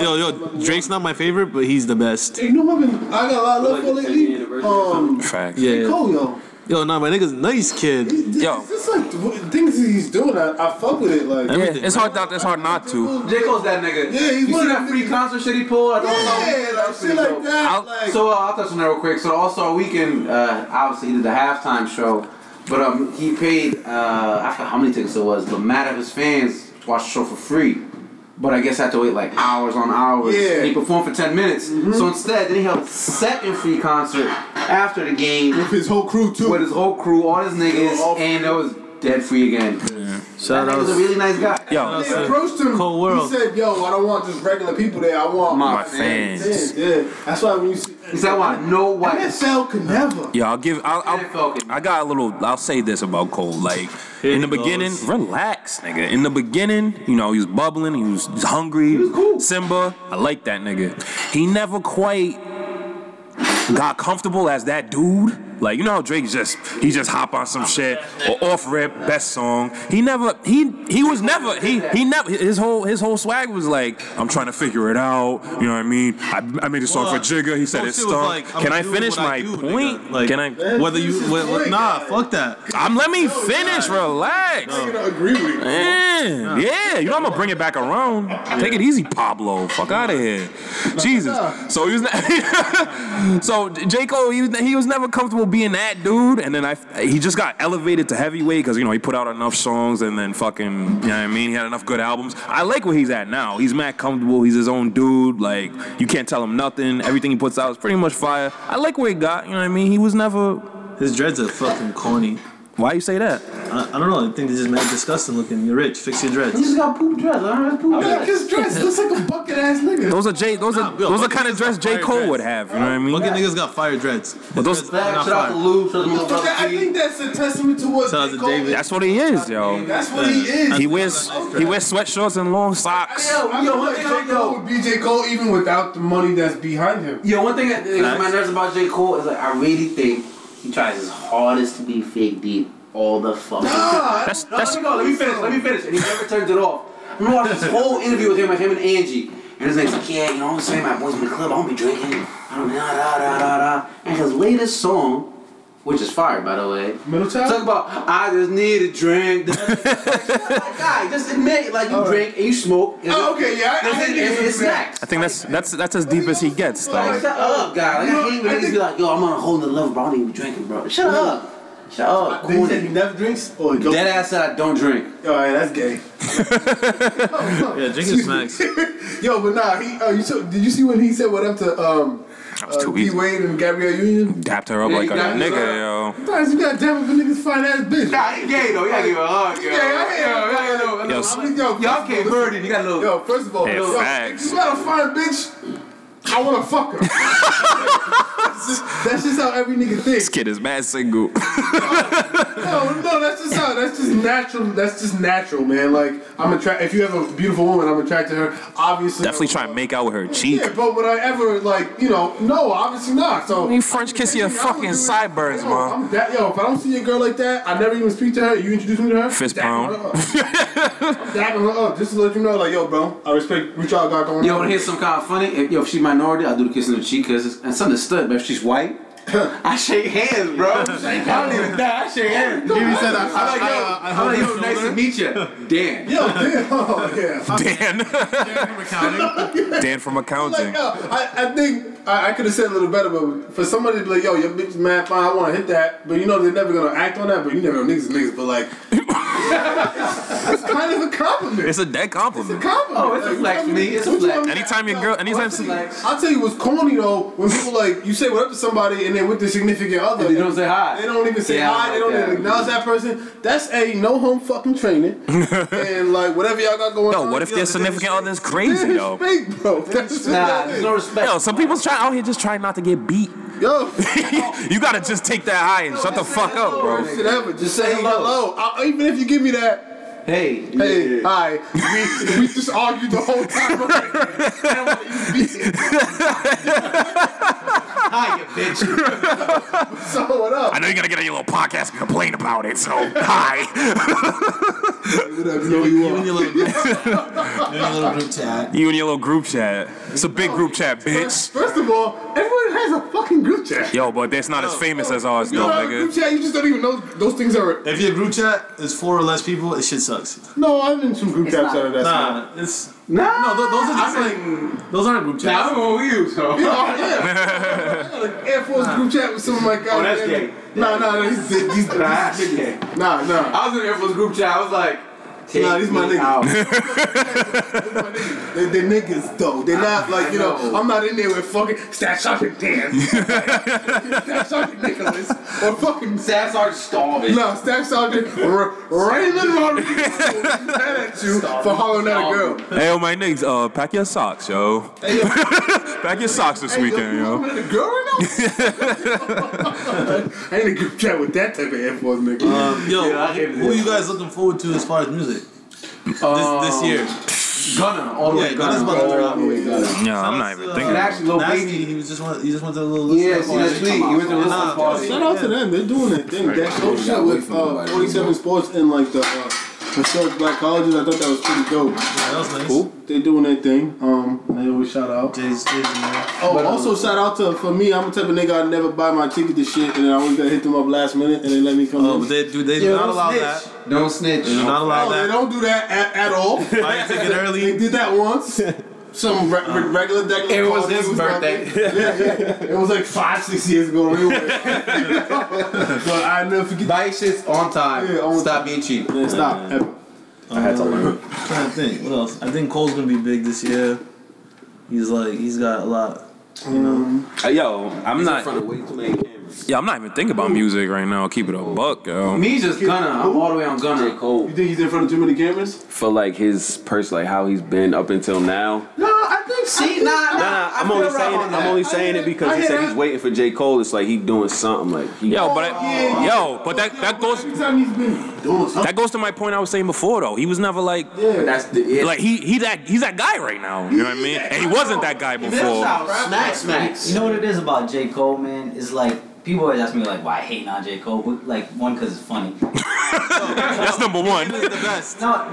yo, yo, Drake's not my favorite, but he's the best. Hey, you know what I've been, I got a lot of love for lately? Um, Fact. Yeah. Cole, yo. Yo, nah, my nigga's nice kid. Yo. It's like the things that he's doing, I, I fuck with it. Like, Yeah, it's hard not. It's hard not to. J. Cole's that nigga. Yeah, he's You one see of that free concert shit he pulled? I don't Yeah, know. like shit like that. like, So uh, I'll touch on that real quick. So All Star Weekend, uh, obviously he did the halftime show, but um, he paid uh, I forgot how many tickets it was, but mad at his fans to watch the show for free. But I guess I had to wait like hours on hours. Yeah. Mm-hmm. And he performed for ten minutes. So instead, then he held a second free concert after the game with his whole crew too. with his whole crew, all his niggas, All- and it was dead free again. Shout that out. nigga's a really nice guy. Yo, They approached him. Cold world. He said, "Yo, I don't want just regular people there. I want My fans. Yeah, yeah. that's why when you see, He said, "I want no white." NFL could never. yo, I'll give. I'll, I'll, I got a little. I'll say this about Cole. Like in the he beginning, goes. relax, nigga. In the beginning, you know, he was bubbling. He was hungry. He was cool. Simba, I like that nigga. He never quite got comfortable as that dude. Like you know how Drake just he just hop on some shit or off rip best song. He never he he was never he he never his whole his whole swag was like I'm trying to figure it out. You know what I mean? I, I made a song Well, for Jigga. He said Well, it shit was stunk. like, I'ma Can I do finish what my I do, nigga. point? Like, Can I? Whether you wh- wh- nah, fuck that. I'm let me finish. Relax. You don't agree with it. Yeah, yeah, you know I'm gonna bring it back around. Take it easy, Pablo. Fuck out of here, Jesus. So he was, ne- so J Cole, he was, he was never comfortable being that dude, and then I, he just got elevated to heavyweight because you know he put out enough songs, and then fucking, you know what I mean, he had enough good albums. I like where he's at now. He's mad comfortable. He's his own dude. Like you can't tell him nothing. Everything he puts out is pretty much fire. I like where he got. You know what I mean? He was never. His dreads are fucking corny. Why you say that? I, I don't know. I think they're just mad disgusting looking. You're rich. Fix your He dreads. just got poop dress. I do poop Like dress. his dress looks like a bucket ass nigga. Those are J. Those are Bill, those are look at kind of dress J fire Cole would dreads. have. You know what I mean? Fucking niggas got fire dreads. But those- His dreads Back, not Shout out to fire. Lou. Shout out to Lil But that, I Brother T. think that's a testament to what Shout out J. to Cole David. That's what he is, yo. That's what he is. He wears he wears sweatshorts and long socks. Yo, I yo, feel one like thing, J. Cole yo, would be J. Cole even without the money that's behind him. yo, one thing that that gets on my Facts. nerves about J. Cole is like, I really think he tries his hardest to be fake deep all the fucking time. That's No, that's let me go. Let me finish. Let me finish. And he never turns it off. I remember watching this whole interview with him, like him and Angie. And his name's like, yeah, you know what I'm saying? My boys in the club. I don't be drinking. I don't da da da da da. And his latest song, which is fire, by the way. Middle child? Talk about I just need a drink. like, guy, just admit like you drink and you smoke. And Oh, okay, yeah, I- I It's, hate it's, niggas it's who do that. snacks. I think that's that's that's as deep as he gets Like, though. shut up, guy. Like, I hate when I niggas think- be like, yo, I'm on a whole nother level, bro. I don't even be drinking, bro. Shut up. Shut up. They said he Corny. never drinks. Oh, yo, Dead ass said I don't drink. yo, hey, that's gay. Yeah, drinking smacks. oh, Yo, but nah, he. Uh, you took, did you see when he said what up to um was too D easy. Wade and Gabrielle Union. Dapped her up Yeah, like he a got- uh, nigga, yo. Sometimes you gotta damn up a nigga's fine ass bitch. Nah, he gay though. You gotta give her a hug, yo. Yeah, yeah, yeah. yeah, yeah. Yo, Yo, I mean, yo, y'all can't bird it. You got a little. Yo, first of all, Yeah, yo, facts. if you got a fine bitch. I wanna fuck her. that's, just, that's just how every nigga thinks. This kid is mad single. No, no, that's just how. That's just natural. That's just natural, man. Like I'm attracted. If you have a beautiful woman, I'm attracted to her. Obviously, Definitely try and make out with her cheek. Yeah, but would I ever like you know? No, obviously not. So you French kiss your fucking sideburns, bro. I'm that yo. If I don't see a girl like that, I never even speak to her. You introduce me to her. Fist dapping her up. I'm dapping her up just to let you know, like yo, bro, I respect what y'all got going Yo, on. when here's some kind of funny, if, yo, if she's minority, I do the kiss in the cheek because it's, it's understood. But if she's white, I shake hands, bro. I don't even that. I shake hands. Give me said, I- I'm like, yo, I- I- I I'm hold like, your yo, nice shoulder. to meet you, Dan. Yo, Dan. Oh yeah. Dan from Like, accounting. yo, I, I think I, I could have said a little better, but for somebody to be like, yo, your bitch is mad fine, I want to hit that, but you know they're never gonna act on that, but you never know niggas is niggas, but like, that's kind of a compliment. It's a dead compliment. compliment. Oh, it's a Like, flex, what you me. want It's a what you flex. want me- Anytime your girl, anytime she, I'll tell you what's corny though, when people like you say what up to somebody and they're with their significant other. And they don't say hi. They don't even say Yeah, I hi, like they don't that. even acknowledge that person. That's a no home fucking training. and like whatever y'all got going on. yo, what if yo, their just give significant other is crazy, yo? Respect, bro. That's just Nah, there's no respect. Yo, some people's try out here just trying not to get beat. Yo, you gotta just take that high and shut the fuck up, bro. shit ever. Just say hello. I, even if you give me that. Hey. Hey. Hi. We, we just argued the whole time. Hi, you bitch. so what up? I know you're gonna get on your little podcast and complain about it, so hi. you, and your little group chat. You and your little group chat. It's a big group chat, bitch. First of all, everyone has a fucking group chat. Yo, but that's not as famous as ours, You though, don't have a group nigga. chat. You just don't even know those things are. If your group chat is four or less people, it shit sucks. No, I'm in some group It's chats not- that are that. nah, small. it's Nah, no. tho- Those are just I like those aren't group Nah, chats. I'm over you, so. Yeah, yeah. I got an Air Force group chat with some of my guys. Oh, that's gay. Nah, nah, nah. He's, he's, he's, Nah, he's Nah, nah. I was in the Air Force group chat. I was like, nah, these my me out. niggas. they, they niggas though. They're not like you know. I'm not in there with fucking Stat Sergeant Dan, Stat Sergeant Nicholas, or fucking Stat Sergeant Starvin. No, Stat Sergeant R- Raymond Rodriguez. will be mad at you for hollering at a girl. Hey, yo, my niggas, uh, pack your socks, yo. pack your socks this weekend, yo. I'm in a girl right now. I ain't a group chat with that type of Air Force nigga. Um, yo, who you guys looking forward to as far as music this, Um, this year? Gunna, all the yeah, way Gunna's Gunna, about to all drop. the way Gunna. No, I'm not even thinking. And actually, Lil Nasty, Baby- he was just one, he just went to a little Yeah, listening see, that's party. me. He went to a listening Nah, party. Shout out to them. They're doing their thing. That whole shit with uh, 47 Sports and like the uh, historic black colleges, I thought that was pretty dope. that was nice. Cool. They doing their thing. Um, I always shout out. Oh, But, um, also shout out to for me. I'm the type of nigga I never buy my ticket to shit, and I always gotta hit them up last minute, and they let me come. Oh, in. but they do. They Yeah, do not don't allow snitch. that. Don't snitch. They do not allow Oh, that. they don't do that at, at all. Buy your ticket early. They did that once. Some re- Uh-huh. re- regular deck. It was his birthday. yeah, yeah. It was like five, six years ago. Anyway. but I never forget. Buy your shits on time. Yeah, on Stop being cheap. Yeah, stop. ever. I had to learn. trying to think. What else? I think Cole's gonna be big this year. He's like he's got a lot. You know. Uh, yo, I'm not. way too many cameras. Yeah, I'm not even thinking about music right now. Keep it a buck, yo. Me just Gunna. I'm all the way on Gunna. You think he's in front of too many cameras? For like his person, like how he's been up until now. No, I think. See, I think- nah, Nah, nah, I'm only saying it, I'm only saying it because he said he's waiting for J Cole. It's like he doing something. Like he, Yo, but I, yo, but that that goes. That goes to my point I was saying before though. He was never like But that's the- yeah. like he he that he's that guy right now. You know what I mean? And he wasn't that guy before. Smack, smack. You know what it is about J. Cole, man? It's like people always ask me like why I hate on J. Cole, but like one because it's funny. That's number one. No,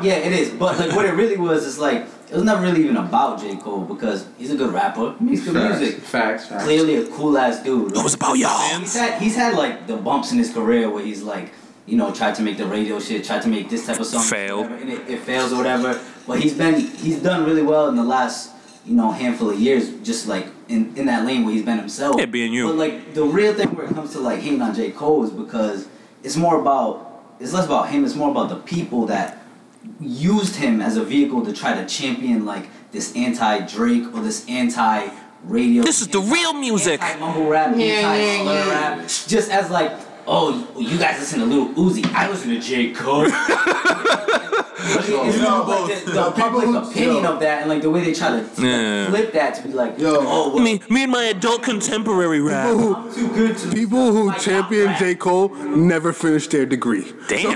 yeah, it is. But like what it really was is like it was not really even about J. Cole because he's a good rapper, he makes good Facts, music. Facts, facts. Clearly a cool ass dude. It was about y'all. He's had he's had like the bumps in his career where he's like, you know, tried to make the radio shit, tried to make this type of song. Failed. whatever, And it, it fails or whatever. But he's been he's done really well in the last, you know, handful of years, just like in, in that lane where he's been himself. Yeah, being you. But like the real thing where it comes to like hating on J. Cole is because it's more about it's less about him, it's more about the people that used him as a vehicle to try to champion like this anti Drake or this anti radio. This is the real music. Mumble rap, Yeah, anti yeah, slur yeah. rap, just as like, oh, you guys listen to Little Uzi, I listen to J Cole. It's not like the, the public opinion of that and like the way they try to Yeah. flip that to be like, oh, well, me, me and my adult contemporary rap. People who, people who champion J. Cole never finished their degree. Damn.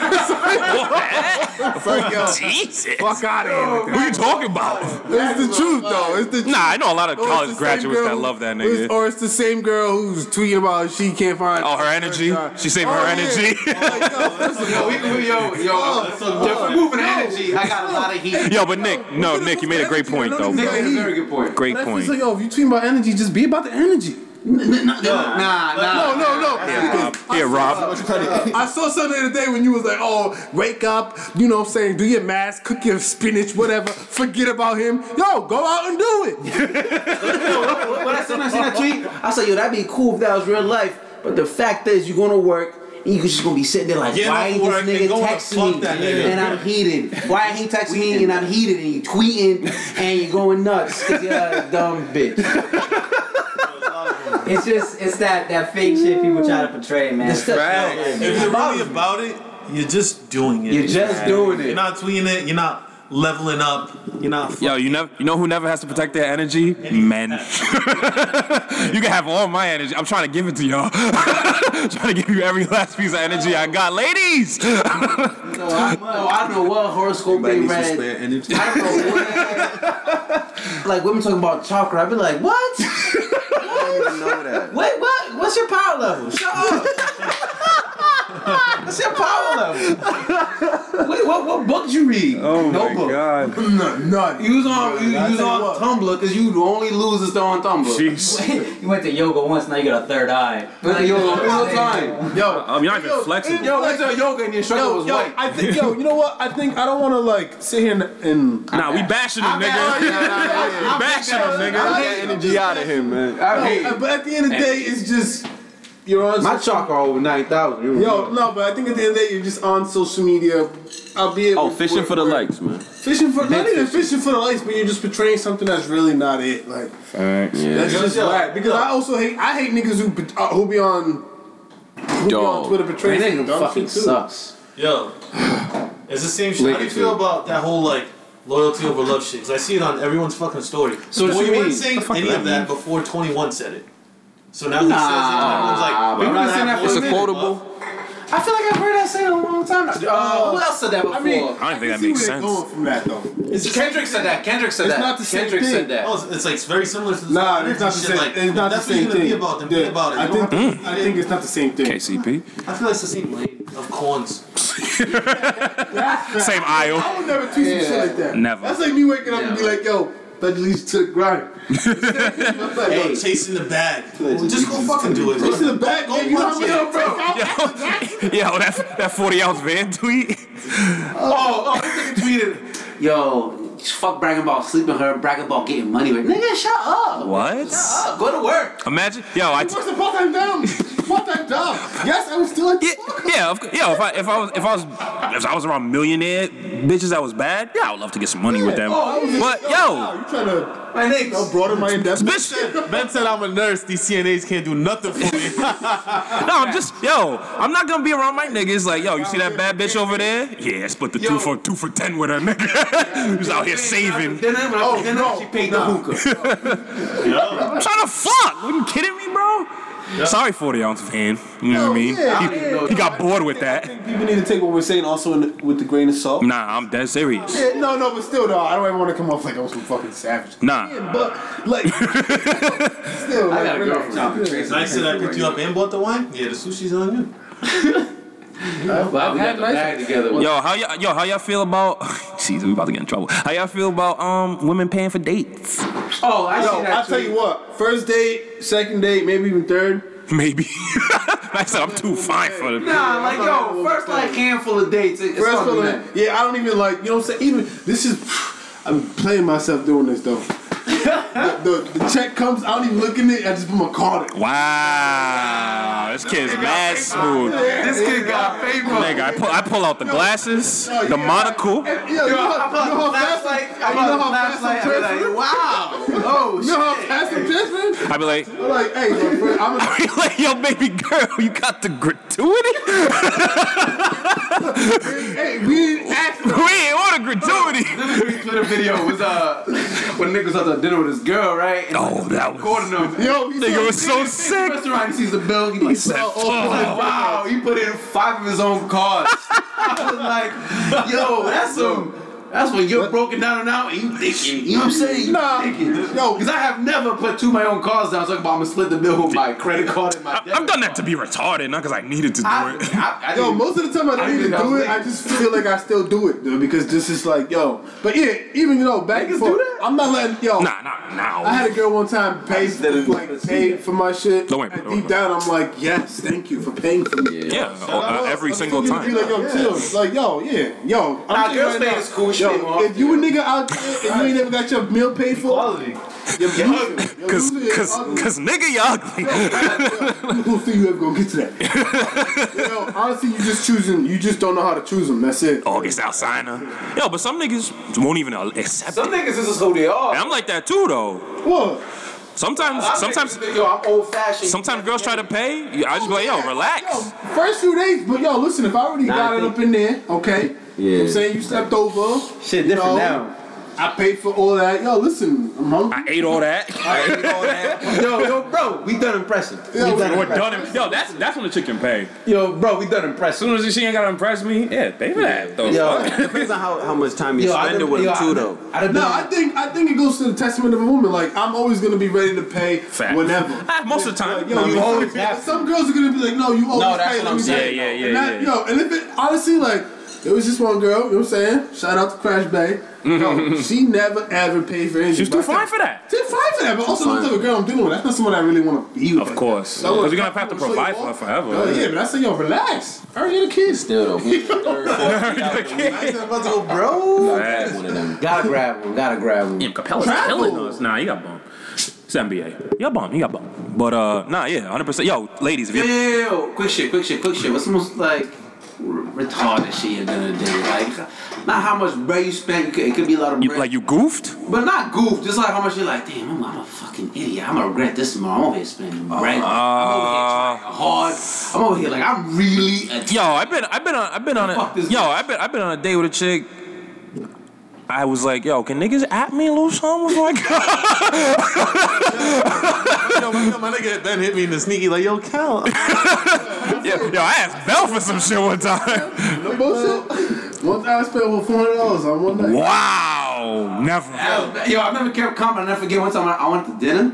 Fuck y'all. Jesus. Fuck out of Who you talking about? It's the truth, though. It's the truth. Nah, I know a lot of Or Oh, it's the same college graduates girl that who- love that or it's- nigga. Or it's the same girl who's tweeting about she can't find. Oh, Oh, her energy. She saving her energy. Yo, we, we, yo, yo, uh, so different moving energy. I got a lot of heat. Yo, but Nick, no, Nick, you made a great point though. Nick bro. made a very good point. Great But I feel point. So, yo, if you tweeting about energy, just be about the energy. Nah, nah, nah, no, no, no. Yeah, Rob. Uh, Yeah, Rob. I saw something the other day when you was like, oh, wake up, you know what I'm saying, do your mask, cook your spinach, whatever, forget about him. Yo, go out and do it. when I seen, I seen that tweet, I said, yo, that'd be cool if that was real life. But the fact is, you're gonna work. And you're just gonna be sitting there like, Getting why off ain't work and this nigga going to fuck texting me that nigga. and I'm heated? Why ain't he texting me and I'm heated and you tweeting and you're going nuts? 'cause You're a dumb bitch. it's just it's that that fake shit people try to portray, man. It's facts. If you're really about it, you're just doing it. You're just doing it. You're not tweeting it. You're not leveling up. You're not. Yo, you never, you know who never has to protect their energy? Men. you can have all my energy. I'm trying to give it to y'all. trying to give you every last piece of energy I got, ladies. No, I, no, I don't know what horoscope they read. I don't know what. like women talking about chakra, I'd be like, what? I don't even know that. Wait, what? What's your power level? Shut up. What's your power level? Wait, what? What book did you read? Oh no my book. god. None. none. You was on. You, you was on Tumblr because you the only losers that on Tumblr. you went to yoga once, now you got a third eye. Went to yoga all the time. Yo, I'm not Yo, Yo, went to yoga and your instructor yo, was yo, white. I think, yo, you know what? I think I don't want to like sit here and. and nah, we bashing him, nigga. nigga. bashing him, nigga. energy out of him, man. No, but at the end of the day, it's just you're on. My chakra over nine thousand. Yo, no, but I think at the end of the day, you're just on social media. Albeit Oh, with- fishing with- for the likes, man. Fishing for not even fishing for the likes, but you're just portraying something that's really not it. Like Facts. Yeah. that's just whack. Because I also hate I hate niggas who be- uh, who be on who be on Dog. Twitter portraying That nigga some dumb fucking shit too. sucks. Yo, it's the same shit. How do you Link it feel to- about that whole like loyalty over love shit? Because I see it on everyone's fucking story. So well, what you you weren't mean? saying The fuck any that of that mean? before Twenty One said it. So now Nah, he says it, and bro. everyone's like, I've been saying that for a it's a minute. quotable. I feel like I've heard that saying a long time. now. Uh, who else said that before? I mean, I don't think that see makes where they're sense. going from that though. Kendrick said that. Kendrick said It's that. not the same Kendrick thing. said that. Oh, it's like very similar to the Nah, it's not the shit, same. Like, it's not the that's what you're same gonna thing. Be about, then be Yeah, about it. I You don't think, have to- I think it's not the same thing. KCP. I feel like it's the same lane of corns. Same aisle. I would never tweet some shit like that. Never. That's like me waking up and be like, yo, that leads to the grind. Hey, chasing the bag. Just go fucking do it. Chasing the bag, Go nigga. You know punch how many it. I'll break out? Yo, that that 40 ounce van tweet. Oh, oh, this nigga tweeted. Yo, fuck bragging about sleeping with her, bragging about getting money. Like, nigga, shut up. What? Up, Go to work. Imagine, yo, I. T- What's the part time down? Part time down. Yes, I'm still at yeah, yeah, of, cou- yeah. If I if I was if I was if I was around millionaire bitches that was bad, yeah, I would love to get some money with them. Oh, but yo, you trying to? My nigga, I broaden my indebtedness. bitch. Ben said I'm a nurse. These CNAs can't do nothing for me. no, I'm just yo. I'm not gonna be around my niggas. Like yo, you see that bad bitch over there? Yeah, I split the two for two for ten with her nigga. Who's out here saving? Then I, when Oh, I, then I actually paid the hookah. I'm trying to fuck. Are you kidding me, bro? Sorry, 40 ounce van. You know what I mean? yeah, he, yeah. he got bored with that. People need to take what we're saying also in the, with the grain of salt. Nah, I'm dead serious. Yeah, no, no, but still, though, I don't even want to come off like I'm some fucking savage. Nah. Yeah, but like, still, like, got a girlfriend. I said I picked you up and bought the wine. Yeah, the sushi's on you. Wow, we got the bag together. Yo, how y'all, yo, how y'all feel about? Jeez, I'm about to get in trouble. How y'all feel about um women paying for dates? Oh, I Yo, see that I tell tweet. you what, first date, second date, maybe even third. Maybe. I said I'm too fine for it. Nah, like yo, first like handful of dates. It, it's First gonna be feeling, that. yeah, I don't even like, you know what I'm saying? Even this is, I'm playing myself doing this though. the, the, the check comes. I don't even look in it. I just put my card in. Wow, this kid's mad smooth. This kid got favor. Nigga, I pull, I pull out the glasses, the monocle. Yo, you know how, you know how fast I, you know how fast I'm transferring? Wow. Oh, you know how fast I'm transferring? I be like, I'm like, hey, my friend, I'm a, like, yo, baby girl, you got the gratuity? hey, we didn't ask. We ain't want a gratuity. This Twitter video was uh when Nick was out to dinner with his girl, right? And oh, that was Gordon him. Yo, he Nigga saw- was so He sits in the sick. Restaurant, he sees the bill. He like, said, oh, oh, "Fuck." wow, he put in five of his own cards. I was like, yo, that's some. That's when you're broken down and out, and you thinking. You know what I'm saying? You Nah, thinking. No, because I have never put two of my own cards down. So I'm gonna split the bill with my credit card and my debit. I've done that to be retarded, not because I needed to do I, it. I, I Yo, didn't- most of the time I don't I even think I do was it. I late. just feel like I still do it though because this is like yo. But yeah, even though back and forth, I'm not letting yo. Nah, nah, nah. I had a girl one time pay for, didn't like pay for my shit. Don't wait, and don't deep wait. down, I'm like, yes, thank you for paying for me. yeah, uh, every single You be time. like, yo, chill. Like, yo, yeah, yo. Nah, telling you girls right pay now, is cool, she pay Yo, more if you a nigga out there and you ain't never got your meal paid for, Quality. your loser, your Cause, loser is cause, ugly. cause, nigga, you ugly. Who think you ever gonna get to that? you know, honestly, you just choosing. You just don't know how to choose them. That's it. August Alsina. Yo, but some niggas won't even accept it. Some niggas is just who they are. And I'm like that too, though. What? Sometimes, I sometimes, think, yo, I'm old fashioned. sometimes girls try to pay. Yeah, I just be like, yo, relax. First few days, but yo, listen, if I already Nah, got I it think- up in there, okay. You know what I'm Yeah. saying you stepped over. Shit you different know, now. I paid for all that. Yo, listen, I'm hungry. I ate all that. yo, yo, bro, we done impressive. Yo, We're done. and- Yo, that's that's when the chicken pay. Yo, bro, we done impressive. As soon as she ain't gotta impress me, yeah, pay for that. Though. Yo, depends on how, how much time you Yo, I spend it done- with yo, him I too, done- though. I done No, been- I think I think it goes to the testament of a woman. Like I'm always gonna be ready to pay Fact. whenever. Ah, most of the time. Like, yo, you always some girls are gonna be like, no, you always No, that's pay. what let I'm me saying. pay. Yeah, yeah, and yeah, that, yeah. Yo, and if it honestly like. There was this one girl, you know what I'm saying? Shout out to Crash Bay. Yo, she never ever paid for anything. Mm-hmm. She's too fine for that. She's fine for that, but also the type of girl I'm dealing with. That's not someone I really want to be with. Of course, So I because was- you're gonna have to so you provide for her walk- forever. Oh, yeah, but I said, yo, relax. I already had a kid. Still though. I said, I'm about to go, bro. Facts. gotta grab him. Gotta grab him. Yeah, Capella's Travel. killing us. Nah, he got bumped. It's NBA. He got bumped. He got bumped. But uh, nah, yeah, hundred percent. Yo, ladies, if Yo, you yo, yo, yo, quick shit, quick shit, quick shit. What's the most like r- retarded shit you're gonna do? Like, not how much bread you spent. It could, it could be a lot of you bread, like you goofed, but not goof. Just like how much you're like, damn, I'm, I'm a fucking idiot. I'm gonna regret this tomorrow. I'm over here spending Uh, bread. I'm over here trying hard. I'm over here like I'm really a yo, I've been, I've been on, I've been on Fuck a, this yo, guy. I've been, I've been on a date with a chick. I was like, yo, can niggas at me a little something? What's going on? yo, my, yo, my nigga Ben hit me in the sneaky like, yo, Cal. yo, yo, I asked Bell for some shit one time. No bullshit. One time I spent over $400 on one night. wow, never. Yo, yo, I've never kept calm. I never forget one time I, I went to dinner,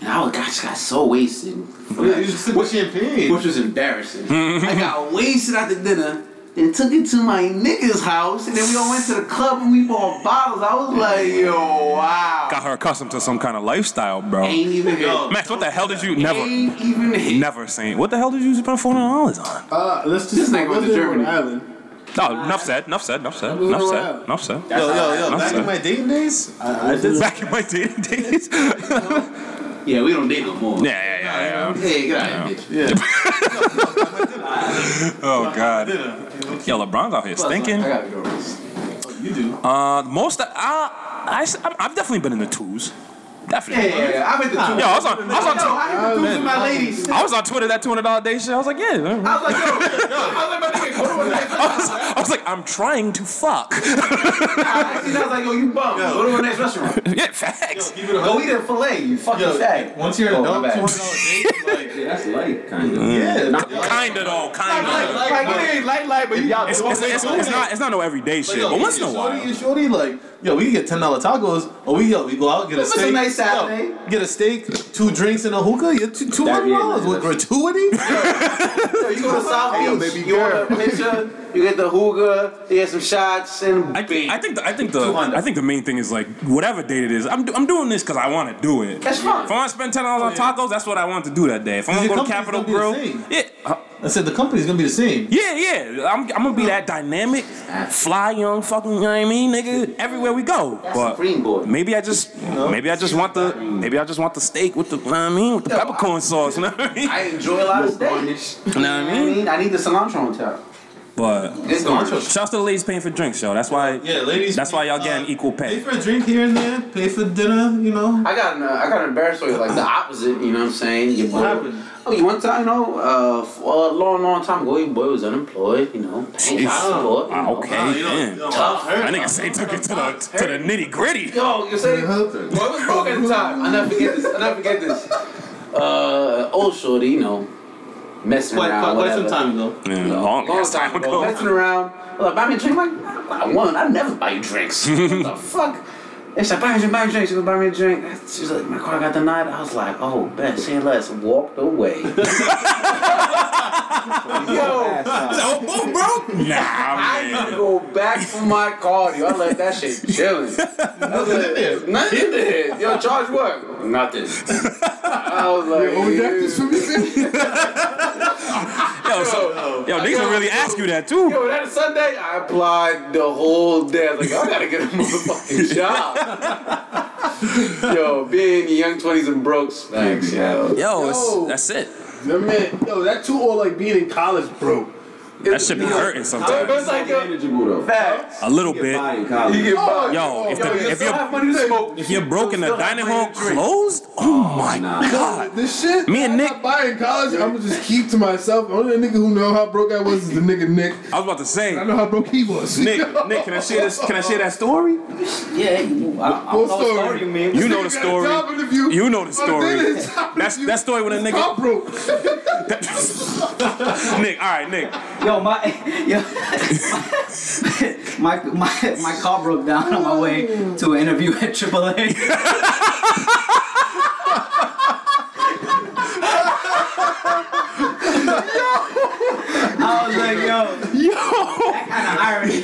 and I, was, I just got so wasted, With champagne. which was embarrassing. I got wasted at the dinner, then took it to my nigga's house, and then we all went to the club and we bought bottles. I was like, yo, wow. Got her accustomed to some kind of lifestyle, bro. Ain't even go. Max, what the hell did you never, Ain't even hit. never seen? What the hell did you spend four hundred dollars on? Uh, let's just This nigga went to let's do it Germany. on an Island. No, enough said, enough said, enough said, was enough said, wild. enough said. yo, yo, yo, I'm back sorry. in my dating days, I, I did Back in my dating days. Yeah, we don't date no more. Yeah, yeah, yeah, yeah. Hey, get out of here, bitch. Oh god. Yo, LeBron's out here stinking. I gotta go. You do. Uh, most uh, I, I, I've definitely been in the twos. Yeah, Definitely. yeah, yeah. I've been to two. Yo, I was on, I was on, Yo, I have been to two with my ladies. I was on Twitter that two hundred dollar day shit. I was like, yeah. man. I was like, yo, yo, I was like, my nigga, go to one next. I was, I was like, I'm trying to fuck. I see that, I was like, yo, you bum. Go to the next restaurant. yeah, facts. Go eat a fillet. You fucking fag. Once you're an Oh, my adult, bad. $200 That's light, kind of. Yeah, not Kinda though, Like, kinda. like, it ain't light, light, but you It's, it's, it's, it's not, it's not no everyday shit, yo, but once in you a shorty, while. you Shorty, like, yo, we can get ten dollar tacos, or we yo, we go out get a If it's a steak. nice yo, Saturday. get a steak, two drinks and a hookah. You're two That'd hundred be a dollars with nice- gratuity. Yo, you go to South Hey, Beach, baby you order a picture, you get the hookah, you get some shots, and I think, I think, the, I think the, 200. I think the main thing is like whatever date it is. I'm, do, I'm doing this because I want to do it. That's fine. If I want to spend ten dollars on tacos, that's what I want to do that day. If I Does want to go your to company's Capital gonna be the Grill, same? yeah, uh, I said the company's gonna be the same. Yeah, yeah. I'm, I'm gonna be that dynamic, fly young fucking. You know what I mean, nigga? Everywhere we go. But Maybe I just, maybe I just want the, maybe I just want the steak with the, you know what I mean, with the peppercorn sauce. You know what I mean? I enjoy a lot of steak. You know what I mean? I need the cilantro on top. But It's going to- shouts to the ladies paying for drinks, yo. That's why. Yeah, ladies- That's why y'all getting equal pay. Pay for a drink here and there. Pay for dinner. You know. I got an, uh, I got an embarrassed story like the opposite. You know what I'm saying? Your boy, I mean, one time, you know, uh, for a long, long time ago, your boy was unemployed. You know, paying child support. You know, Ah, okay, Uh, damn. tough. That nigga say took it to the to the nitty gritty. Yo, you say Well, it was broke at the time. I never forget this. I never forget this. Uh, old shorty, you know, messing Quite- around. quite- quite whatever. some time ago. Yeah, You know, long ass time ago. Messing around. Look, buy me a drink. I'm like, I won. I never buy you drinks. what the fuck? And she's like, buy me a drink, buy me a drink. She goes, buy me a drink. She's like, my car got denied. I was like, oh, bet. She ain't less. Walked away. Yo, both broke? Nah, I didn't go back for my car. Yo, I left that shit chilling. Nothing in there. Nothing in there. Yo, charge what? Nothing. I was like, Yo, so, yo, niggas will really ask you that too. Yo, that Sunday, I applied the whole day. I was like, I gotta get a motherfucking job. yo, being young 20s and broke snacks, yo. Yo, it's, that's it. That man, yo, that too old like being in college broke. That should be hurting But sometimes. it's like, yo, facts. A little bit. You get by. Yo, if, Yo, the, you if still you're have money to smoke. if you're broke and the Still have dining money hall to drink. closed, oh my god. This shit. Me and Nick. I'm not buying college. I'm gonna just keep to myself. The only nigga who know how broke I was is the nigga Nick. I was about to say. I know how broke he was. Nick, Nick, can I share this? Can I share that story? Yeah, you, I, I don't know what story you mean. You know the story. You know the story. did it. That's that story when a nigga. Nick, all right, Nick. Yo, my yo, my my my car broke down on my way to an interview at AAA. I was like, yo, yo, that kind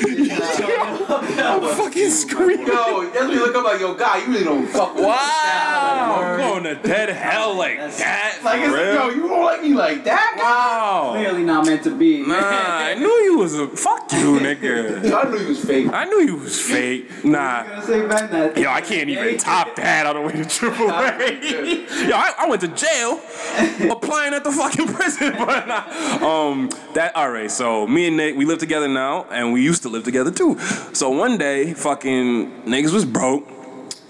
of irony. I'm fucking screaming. Yo, that's when you look up like, yo, God, you really don't fuck with Wow. I'm going to dead hell like that. Like, it's, for real. yo, you don't like me like that, Wow. Clearly not meant to be. Nah, I knew you was a fuck you, nigga. I knew you was fake. I knew you was fake. Nah. Yo, I can't even top that on the way to Triple A. Yo, I, I went to jail applying at the fucking prison, but nah. Um, that all right. So me and Nick, we live together now, and we used to live together too. So one day, fucking niggas was broke.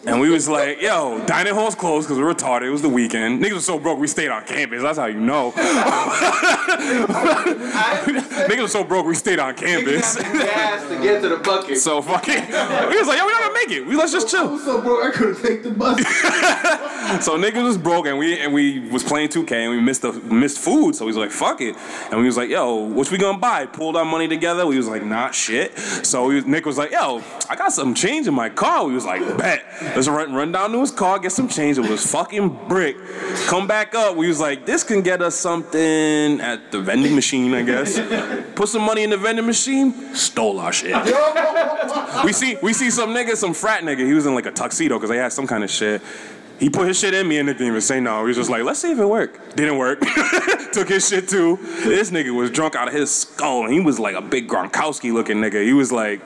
And we was like, yo, dining hall's closed because we're retarded. It was the weekend. Niggas was so broke, we stayed on campus. That's how you know. Niggas was so broke, we stayed on campus. Gas to get to the bucket. So fucking, we was like, yo, we not gonna make it. We let's just chill. So broke, I couldn't take the bus. So niggas was broke and we and we was playing 2K and we missed the missed food. So we was like, fuck it. And we was like, yo, what we gonna buy? Pulled our money together. We was like, not shit. So we, Nick was like, yo, I got some change in my car. We was like, bet. Let's run, run down to his car, get some change. It was fucking brick. Come back up. We was like, this can get us something at the vending machine, I guess. Put some money in the vending machine. Stole our shit we see we see some nigga, some frat nigga. He was in like a tuxedo because they had some kind of shit. He put his shit in me and didn't even say no. He was just like, let's see if it worked. Didn't work. Took his shit too. This nigga was drunk out of his skull and he was like a big Gronkowski looking nigga. He was like,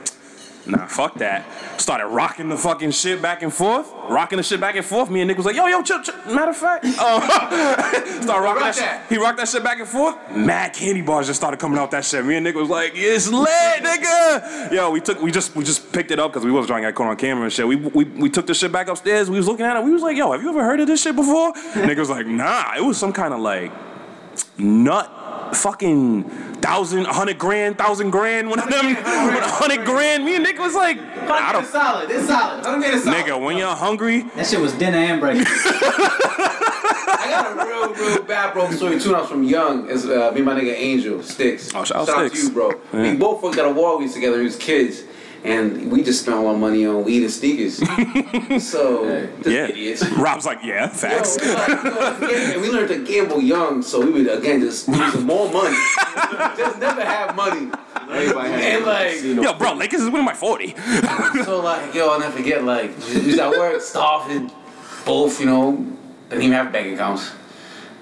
nah, fuck that. Started rocking the fucking shit back and forth. Rocking the shit back and forth. Me and nigga was like, yo, yo, chill, chill. Matter of fact, uh, started rocking that, shit. He rocked that shit back and forth. Mad candy bars just started coming out that shit. Me and Nick was like, it's lit, nigga. Yo, we took, we just, we just picked it up because we was trying to get caught on camera and shit. We, we, we took the shit back upstairs. We was looking at it. We was like, yo, have you ever heard of this shit before? Nigga was like, nah. It was some kind of like nut fucking thousand, hundred grand, thousand grand, one of them, one hundred grand. Me and Nick was like, I don't. solid. It's solid. Hundred grand is solid. Nigga, when you're hungry, That shit was dinner and breakfast. I got a real, real bad broke story too. When I was from young, is uh, me and my nigga Angel Sticks. Oh, shout out Sticks. to you, bro. Yeah. We both worked at a Walgreens together. We was kids, and we just spent all our money on weed and sneakers. so yeah. Rob's like, yeah, facts. Yo, like, yo, yeah, we learned to gamble young, so we would again just use more money. just never have money. and like, yo, bro, Lakers is winning by forty. so like, yo, I'll never forget. Like, just at work, starving, both, you know, didn't even have bank accounts.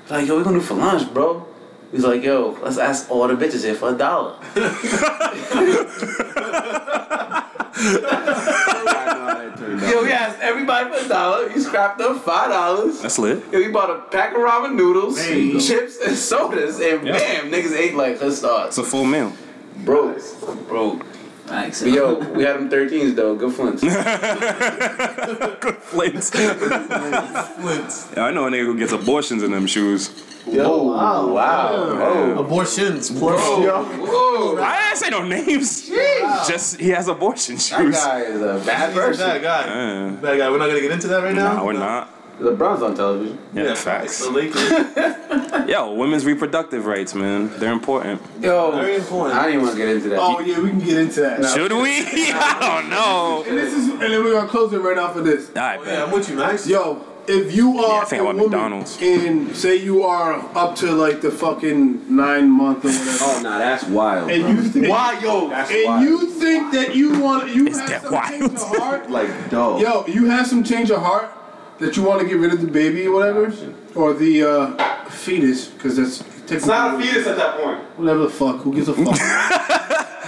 Like, yo, we gonna do for lunch, bro? He's like, yo, let's ask all the bitches here for a dollar. Yo, we asked everybody for a dollar. He scrapped up five dollars. That's lit. Yo, he bought a pack of ramen noodles, There you go. chips, and sodas, and Yeah. bam, niggas ate like let's start. It's a full meal. Bro, bro. But yo, we had them 13s though. Good flints. Good flints. Yeah, I know a nigga who gets abortions in them shoes. Yo, wow. Abortions, Bro. Whoa. I didn't say no names. Just he has abortion shoes. guy is a He's a bad guy. Bad guy. We're not gonna get into that right now. No, we're not. LeBron's on television. Yeah, facts. The Lakers. Yo, women's reproductive rights, man. They're important. Yo, Very important. I didn't want to get into that. Oh yeah, we can get into that. Should we? I don't know. And this is, and then we're gonna close it right off of this. Alright, yeah, I'm with you, Max. Yo, if you are I think a I want woman McDonald's. and say you are up to like the fucking nine month or whatever. Oh, nah, that's wild. And bro. you think Why, yo? That's and wild. you think that you want you have that some wild? change of heart? like, dog. Yo, you have some change of heart that you want to get rid of the baby or whatever, or the uh, fetus, because that's technically It's not a fetus at that point. Whatever the fuck, who gives a fuck?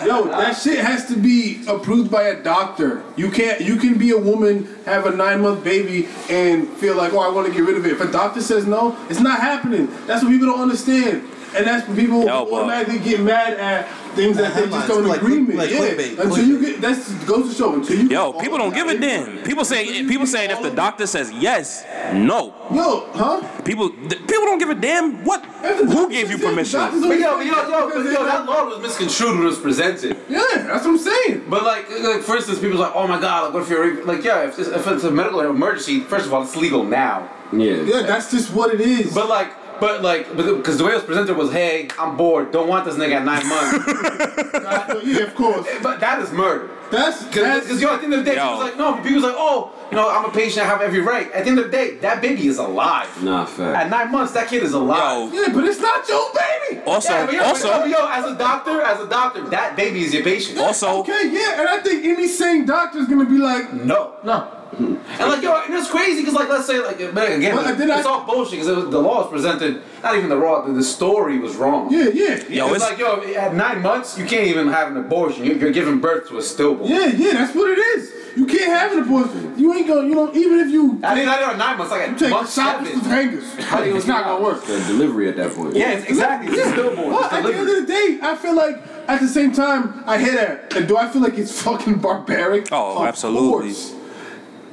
Yo, that shit has to be approved by a doctor. You can't. You can be a woman, have a nine month baby, and feel like, oh, I want to get rid of it. If a doctor says no, it's not happening. That's what people don't understand, and that's what people but- automatically get mad at things that they just don't agree with. like yeah, clickbait, until you get that's goes to show until you. Yo, people don't give a damn. People saying people saying if the doctor says yes, no. Yo, huh? People th- people don't give a damn what who gave you permission. But yo, but yo, yo, but yo, that law was misconstrued when it was presented. Yeah, that's what I'm saying. But like, like for instance, people's like, oh my god, like what if you're rape-" like, yeah, if, this, if it's a medical emergency, first of all, it's legal now. Yeah. Yeah, that's just what it is. But like, but like, because the way it was presented was, hey, I'm bored, don't want this nigga at nine months. yeah, of course. But that is murder. That's because yo, at the end of the day, Yo. people was like, no, people was like, oh, you know, I'm a patient, I have every right. At the end of the day, that baby is alive. Nah, fact. At nine months, that kid is alive. Yeah, but it's not your baby. Also- yeah, but yo, also- but yo, as a doctor, as a doctor, that baby is your patient. Also, Okay, yeah, and I think any sane doctor is gonna be like, no, no. And like yo, and it's crazy because like let's say like but again, Well, then it's all bullshit because the law was presented. Not even the law, the, the story was wrong. Yeah, yeah. Yo, it's, like yo, at nine months you can't even have an abortion. You're, you're giving birth to a stillborn. Yeah, yeah, that's what it is. You can't have an abortion. You ain't gonna, you know, even if you. I didn't. I didn't. Nine months. Like You take month a shot with seven. some fingers. How do you- It's not gonna work. The delivery at that point. Yeah, it's- exactly. It's Yeah. stillborn. Well, It's at the end delivery. of the day, I feel like at the same time, I hear that. And do I feel like it's fucking barbaric? Oh, Of absolutely. course.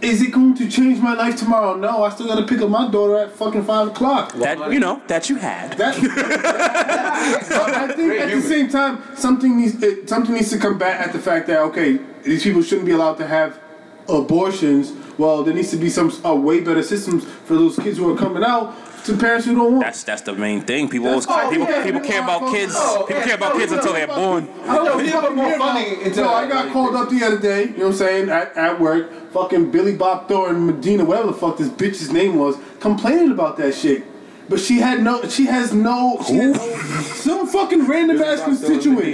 Is it going to change my life tomorrow? No, I still gotta pick up my daughter at fucking five o'clock. That you know, that you had. But I think at the same time, something needs it, something needs to combat at the fact that okay, these people shouldn't be allowed to have abortions. Well, there needs to be some uh, way better systems for those kids who are coming out to parents who don't want. That's that's the main thing. People always, That's- oh, people yeah, people care about kids. Oh, People yeah. care about Oh, kids yeah. until they're born. I don't we need to fucking put more hear about- funding into Yo, that. I got called up the other day. You know what I'm saying? At, at work, fucking Billy Bob Thornton Medina, whatever the fuck this bitch's name was, complaining about that shit. But she had no. She has no. She had no some fucking random ass constituent.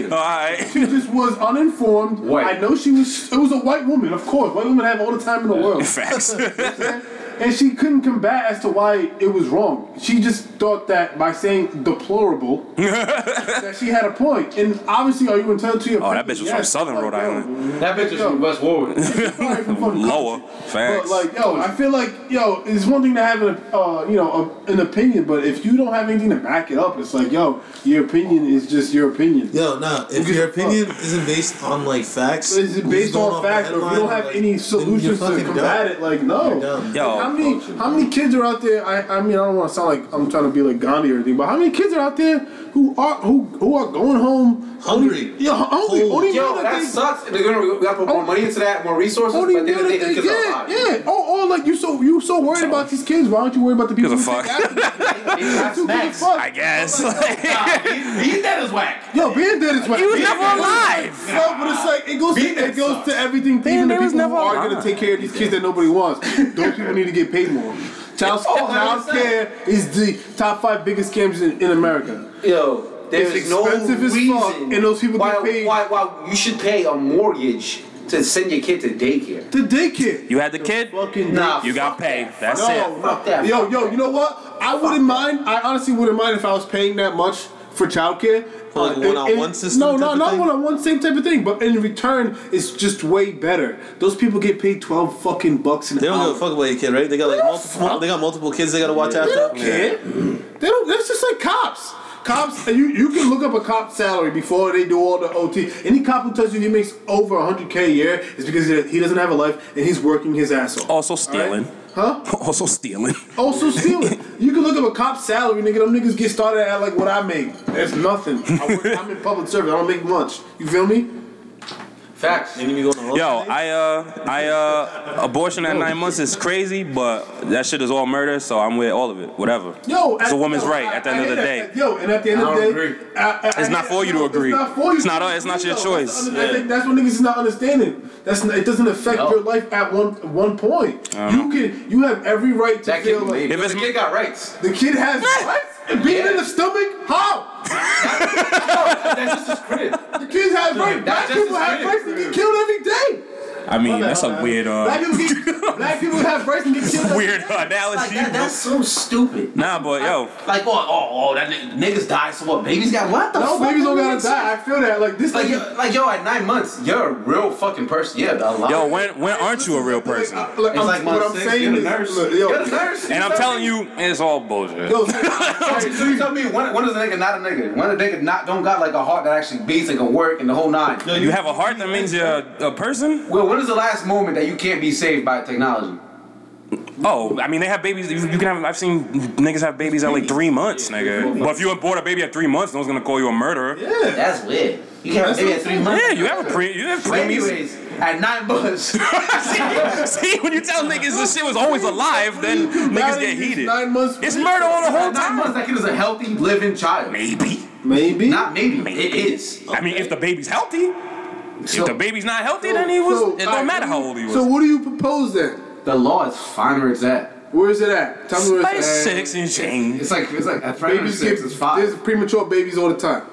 She just was uninformed. I know she was. It was a white woman, of course. White women have all the time in the world. Facts. And she couldn't combat as to why it was wrong. She just thought that by saying deplorable, that she had a point. And obviously, are you entitled to your? Oh, that bitch was from Southern Rhode Island. That bitch was from West Warwick. Lower. But Facts. like, yo, I feel like, yo, it's one thing to have an, uh, you know, a, an opinion, but if you don't have anything to back it up, it's like, yo, your opinion is just your opinion. Yo, no. If your opinion isn't based on like facts, Is it based on facts, or if you don't have any solutions to fucking combat dumb. it, like no. You're dumb. Yo. how many how many kids are out there? I, I mean, I don't want to sound like I'm trying to be like Gandhi or anything, but how many kids are out there who are who who are going home hungry? Only, yeah, hungry. Only meal Yo, that they- sucks. They're gonna we gotta put more money into that, more resources. Only but at the meal end of that the they day, the kids are get. alive. Yeah. Oh, oh, like you so you so worried about these kids. Why don't you worry about the people? Gives a who fuck. take after them? Who gives a fuck? I guess. Being dead is whack. Yo, being dead is whack. He was Being never dead is alive. whack. No, but it's like it goes. Being To, dead it goes sucks. to everything. Being Even the dead was people who never are alive. going to take care of these kids that nobody wants. Those people need to get paid more. Child, Oh, child 100%. care is the top five biggest scams in, in America. Yo, there's It's no expensive as reason fuck, and those people why, get paid- Why, why you should pay a mortgage to send your kid to daycare? To daycare. You had the kid. Nah, You got paid. That's no, it. no. Yo, yo, you know what? I wouldn't mind. I honestly wouldn't mind if I was paying that much for childcare. For like a one-on-one and- system No, type no, of not thing? one on one, same type of thing. But in return, it's just way better. Those people get paid twelve fucking bucks an They don't hour. give a fuck about your kid, right? They got like multiple. They got multiple kids they gotta watch They after. don't care. They don't. That's just like cops. Cops, you, you can look up a cop's salary before they do all the OT. Any cop who tells you he makes over 100K a year is because he doesn't have a life and he's working his ass off. Also stealing. Huh? Also stealing. Also stealing. you can look up a cop's salary, nigga. Them niggas get started at like what I make. That's nothing. I work, I'm in public service. I don't make much. You feel me? Facts. Yo, I uh, I uh, abortion at nine months is crazy, but that shit is all murder, so I'm with all of it. Whatever. Yo, it's at- a woman's yo, right at the I- end I of the hear that. day. Yo, and at the end of the day, I- I- It's I not hear- for you to no, agree. It's not for you. It's to not- agree, it's not your though. choice. That's, the- Yeah. I think that's what niggas is not understanding. That's not, it doesn't affect your life at one one point. I You don't can you have every right to feel like If it's- The kid got rights. The kid has rights. Being in the stomach, how? that's just his credit. The kids have rights. Black people have rights to get killed every day. I mean, that's a weird Black uh, people get black people have rights and get killed. every weird analogy. That's so stupid. Nah, but yo, Like, oh, oh, oh that nigga, niggas die, so what? Babies got what the No, fuck? babies don't That gotta makes die. I sense. feel that. Like this, Like, nigga- yo, like, yo, at nine months, you're a real fucking person. Yeah, a lot. yo, when when aren't you a real person? Look, It's I'm- what like month I'm six, saying you're the is, nurse. look, yo, You're the nurse. And I'm telling you, it's all bullshit. Yo, so you tell me when, when is a nigga not a nigga? When a nigga not don't got like a heart that actually beats and can work and the whole nine. You have a heart that means you're a, a person. Well, when is the last moment that you can't be saved by technology? Oh, I mean, they have babies. You, you can have. I've seen niggas have babies at like three months, nigga. But if you abort a baby at three months, no one's gonna call you a murderer. Yeah, that's weird. You can have a baby at three months. Yeah, you have a pre. You have But preemies. anyways, at nine months. See, when you tell niggas this shit was always alive, then niggas get heated. Nine months. It's murder on the whole Nine time. months, that kid is a healthy, living child. Maybe. Maybe. Not maybe. It is. I mean, if the baby's healthy, if the baby's not healthy, then he was. it don't matter how old he was. So what do you propose then? The law is fine where it's at. Where is it at? Tell me where Space it's at. six and change. It's like it's like at Babies six get- is five. There's premature babies all the time.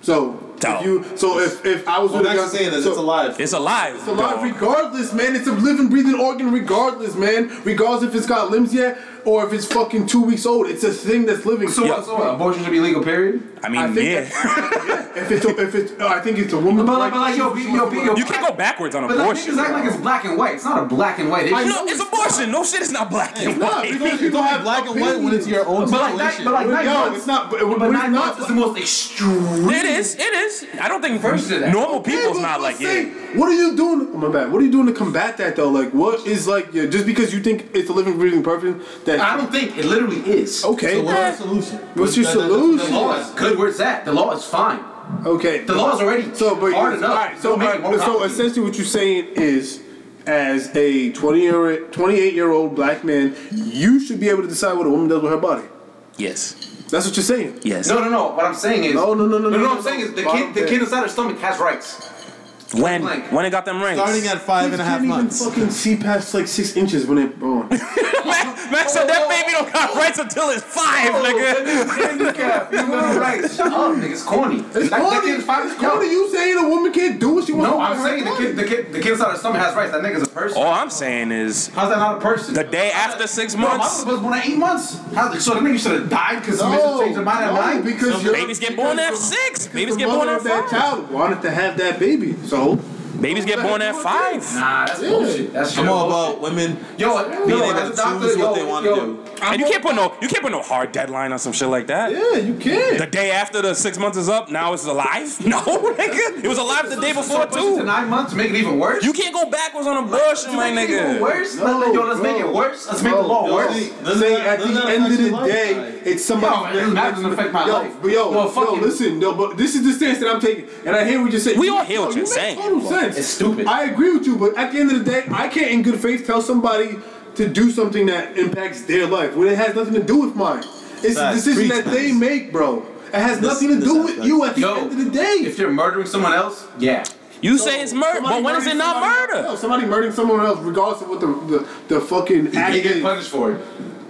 So if you, so if if I was Well, with a that's what young- I'm saying, is so- it's alive. It's alive. It's alive regardless, man. It's a living, breathing organ regardless, man. Regardless if it's got limbs yet or if it's fucking two weeks old. It's a thing that's living. So, Yeah. so abortion should be legal, period? I mean, yeah. if it's, a, if it's, uh, I think it's a woman. But like- but like, yo, yo, yo, you can't go backwards on But like, abortion. niggas act like it's black and white. It's not a black and white issue. No, it's abortion. No shit, it's not black and not, white. because people have black and white when it's your own But like, that, situation. but like Well, nine yo, months, it's not- but- But, but it's nine not months is the most extreme. It is. It is. I don't think normal people's not like Say, it. What are you doing? Oh, my bad. What are you doing to combat that though? Like, what is like yeah, just because you think it's a living, breathing person that I don't think it literally is. Okay, So what's eh. the solution? What's your The- the- the- the solution? law is good where it's at. The law is fine. Okay, The law is already so, but hard you- enough. alright, so, Don't make it alright, more so complicated. essentially, what you're saying is, as a 20 year, 28 year old black man, you should be able to decide what a woman does with her body. Yes. That's what you're saying. Yes. No, no, no. What I'm saying is. No, no, no, no, no, No, what no, I'm saying is the no. kid, the kid inside her stomach has rights. When when it got them rings. Kids can't Even fucking see past like six inches when oh. they're born. Man, so that baby don't got rights until it's five, Oh, nigga. Right. Shut up, Oh, nigga. It's corny. It's That- that corny. kid's fine. It's corny. You saying a woman can't do what she wants? No, with I'm her saying the body. kid, the kid, the kid inside her stomach has rights. That nigga's a person. All I'm saying is, how's that not a person? The day after six No, months, my was born at eight months. How, so the nigga should have died because the bitch changed her mind at no, nine. because Some you're- babies get born because at the- six. because Babies the get mother born at of that five. child wanted to have that baby, so babies get born at five. Nah, that's bullshit. That's I'm your all bullshit. about women Yo, being yo, able as to a doctor, choose yo, what they want yo. to do. And you can't put no you can't put no hard deadline on some shit like that. Yeah, you can. The day after the six months is up, now it's alive. No, nigga, it was alive the day before push it too. to nine months, make it even worse. You can't go backwards on abortion, my make it even nigga. worse? Let- let- yo, let's make it worse. Let's make the law worse. Say at the end of the day, it's Yo, it somebody. doesn't- that doesn't affect my yo, life. But yo, Yo, yo, fuck you. listen, no, but this is the stance that I'm taking, and I hear what you're saying. We all hear what Yo, you're you make saying. Total sense. It's stupid. I agree with you, but at the end of the day, I can't, in good faith, tell somebody to do something that impacts their life when it has nothing to do with mine. It's a Facts. decision Preach, that they make, bro. It has nothing to do with you at the Yo, end of the day. If you're murdering someone else, yeah. You say it's murder, Somebody but when is it murdering not somebody- murder? No, somebody murdering someone else, regardless of what the the, the fucking act You get is. punished for it.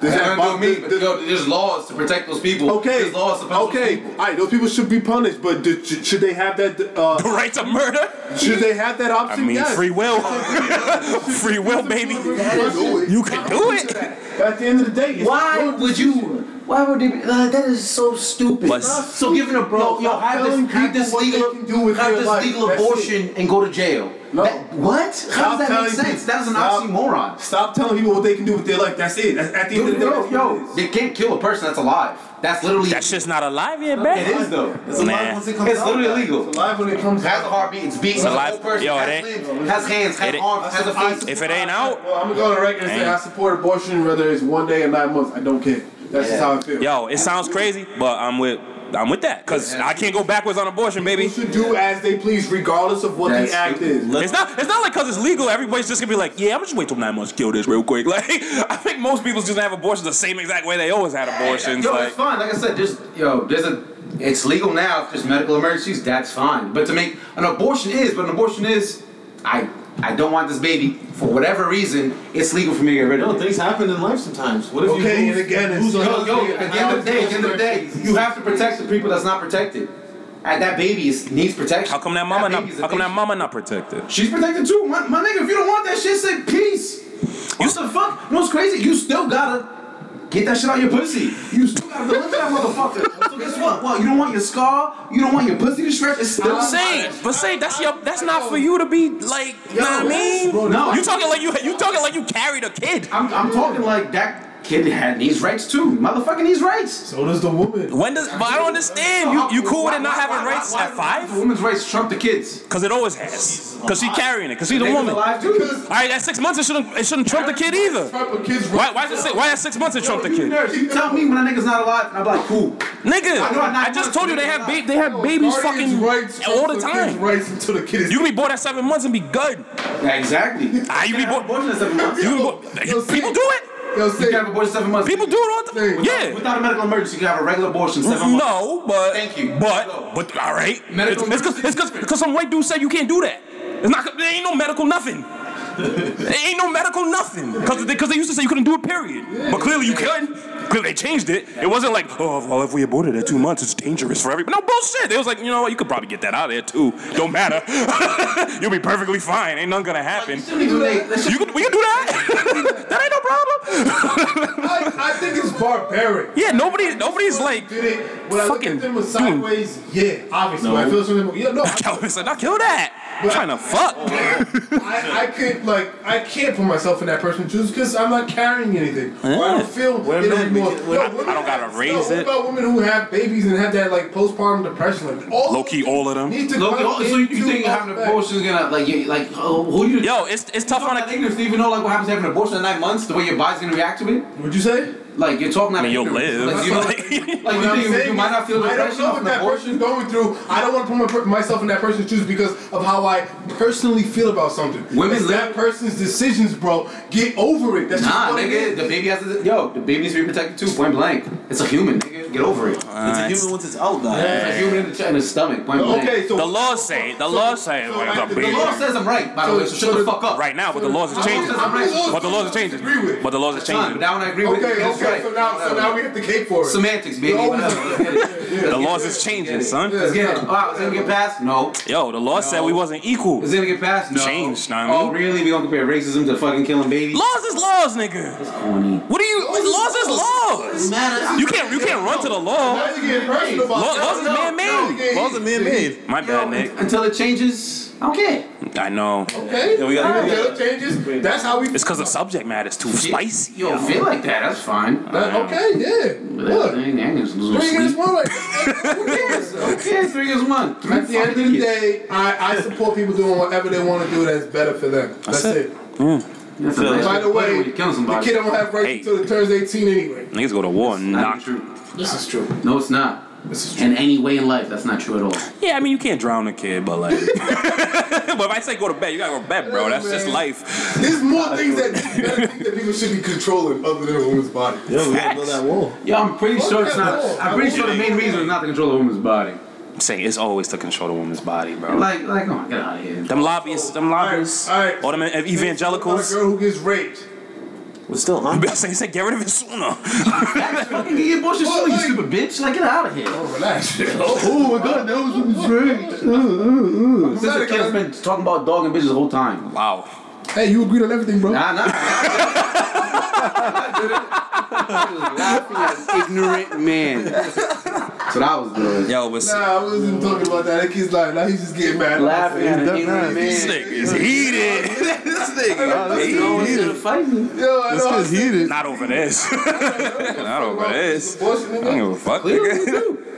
Does that That bother don't do me. but yo, there's laws to protect those people. Okay. There's laws to protect okay. those people. All right. Those people should be punished, but do, sh- should they have that? Uh, the right to murder? Should they have that I option? mean, yes. free will, free will, baby. You can do it. At the end of the day, it's Why your would you? decision. Why would they? Be, uh, that is so stupid. But- so giving a Yo, bro, yo, have this, have this legal, have this legal abortion and go to jail. No. what? How does that make telling sense? people- That is an stop- oxymoron. Stop telling people what they can do with their life. That's it. That's, at the end of the day, Yo, yo, they can't kill a person that's alive. That's literally. That shit's not alive yet, It is though. It's alive Nah. once it comes It's out. literally illegal. It's alive when it comes. Has a heartbeat. It's beating. It's It's a alive- whole person. yo, it has ain't- limbs, Has hands. Has it ain't- arms. Has a face. If it ain't out, Well, I'm gonna go on the record and say I support abortion, whether it's one day or nine months. I don't care. That's just how I feel. Yo, it sounds crazy, but I'm with I'm with that because I can't go backwards on abortion, baby. People should do as they please, regardless of what the act is. It's not. It's not like because it's legal, everybody's just gonna be like, yeah, I'm just wait till nine months to kill this real quick. Like, I think most people's just gonna have abortions the same exact way they always had abortions. Yo, like, it's fine. Like I said, there's yo, there's a. It's legal now if there's medical emergencies. That's fine. But to make an abortion is, but an abortion is, I I don't want this baby for whatever reason. It's legal for me to get rid of. No, it. things happen in life sometimes. What if you okay, lose- and again, it's lose a yo, yo, husband at and the end of the day, at house the end of the day, you have to protect the people that's not protected. And that baby is, needs protection. How come that mama not? How come that mama not protected? She's protected too. My, my nigga, if you don't want that shit, say peace. What the fuck? No, it's crazy. You still gotta get that shit out your pussy. You still gotta deliver that motherfucker. So guess what? Well, you don't want your scar. You don't want your pussy to stretch. It's still But say, but say that's your. That's not for you to be like. You know what I mean? Bro, no. You talking like you. You talking like you carried a kid. I'm, I'm talking like that kid had these rights too. Motherfucking these rights. So does the woman. When does? But I don't understand. You you cool with it not having rights at five? Women's rights trump the kids. Cause it always has. Cause she carrying it. Cause she's a They was woman. alive, too. All right, at six months it shouldn't it shouldn't trump the kid either. Why why is it six, why at six months it trump the kid? Nurse, you tell me when a nigga's not alive, and I'm like, cool. Nigga, I know I'm not I just alive, told you they nigga's have ba- alive. they have babies Guardians' fucking all the time. You can be born at seven months and be good. exactly. Ah, you be born at seven months. You can bo- people do it. you can have an abortion seven months. People do it all the time. Without- Yeah. Without a medical emergency, you can have a regular abortion seven months. No, but Thank you. But but all right. Medical it's because it's because some white dude said you can't do that. It's not. There ain't no medical nothing. There ain't no medical nothing because they, 'cause they used to say you couldn't do it. Period. But clearly you could. Clearly they changed it. It wasn't like oh well if we aborted at two months it's dangerous for everybody. No bullshit. They was like you know what you could probably get that out of there too. Don't matter. You'll be perfectly fine. Ain't nothing gonna happen. You could we can do that. that ain't no problem. I, I think it's barbaric. Yeah, nobody, nobody's like did it. When I look at them with sideways, yeah, obviously. No. When I feel something, yeah, no. Calvin said, "Now kill that." I'm trying to fuck. I, I could like I can't put myself in that person's shoes because I'm not carrying anything. Or I Yeah. don't feel Women it anymore. begin- No, I- I women don't gotta have- raise no, it. What about women who have babies and have that like postpartum depression? Like all Low key, all of them. Need to Low oh, key, come all- so you into think having an effect. abortion is gonna like you like oh, who you? Yo, it's it's tough on a ignorance to even know like what happens after an abortion at nine months, the way your body's gonna react to it. Would you say? Like you're talking. I mean, you'll ignorance. Like, you know, live. like, you Like, what I'm think you, saying you might is, not feel I don't depression know off what an that person's abortion. going through. I don't want to put my, per- myself in that person's shoes because of how I personally feel about something. Women it's that person's decisions, bro. Get over it. That's just Nah, what it nigga, is. the baby has to. Yo, the baby needs to be protected too. Point blank, it's a human. Nigga, get over it. It's a human once it's out, though. It's a human in the, ch- in the stomach. Point blank. the laws say the laws say like, the, the law says I'm right. By the way, so shut the fuck up. Right now, but the laws are changing. But the laws are changing. But the laws are changing. That one I agree with. Okay, That's okay, right. so now- so now we have to cape for it. Semantics, baby. You're always- The laws is changing, son. Let's get it. Wow, it's gonna get passed. No. Yo, the law said we wasn't equal. Is it gonna get passed? No. Changed, know what I mean? Oh, really? We gonna compare racism to fucking killing babies? Laws is laws, nigga. What do you? Laws is laws. You can't you can't run to the law. Now you're getting personal about Law- it. Laws is No, man made. no, Laws are man-made. My bad, Nick. Until it changes, I don't care. I know. Okay. Yeah, we gotta- Until it changes. That's how we. It's because the subject matter is too spicy. Yo, feel like that. That's fine. That- okay, yeah. Look. Dang, dang, it's losing Three sleep. against one. Like, Okay, three against one. Three At the end of the fucking day, I, I support people doing whatever they want to do that's better for them. That's, it. That's a By nice the way way, to kill the somebody. kid don't have rights until he turns 18 anyway. Niggas go to war and knock. This is true. No, it's not. In any way in life, that's not true at all. Yeah, I mean you can't drown a kid, but like, but if I say go to bed, you gotta go to bed, bro. That's just life. There's more things that, that people should be controlling other than a woman's body. Yeah, we gotta build that wall. Yeah, I'm pretty sure it's not. I'm pretty sure the main reason is not to control the woman's body. I'm saying it's always to control the woman's body, bro. Like, like, oh, get out of here. Them lobbyists, them lobbyists, all right, all them evangelicals. A girl who gets raped. We're still on. I'm saying, say, get rid of it sooner. Fucking get your bullshit soon, you stupid bitch. Like, get out of here. Oh, relax. oh, my God, that was great. Ooh, ooh, ooh. Since the kid has been talking about dog and bitches the whole time. Wow. Hey, you agreed on everything, bro. Nah, nah. ignorant man. That's what I was doing. Yo, what's Nah, I wasn't talking about that. That kid's like, now he's just getting mad. Laughing at He's an ignorant definitely- man. This nigga is heated. this He's heated. Yo, I know. kid's heated. Not over this. Not over this. I don't give a fuck. nigga.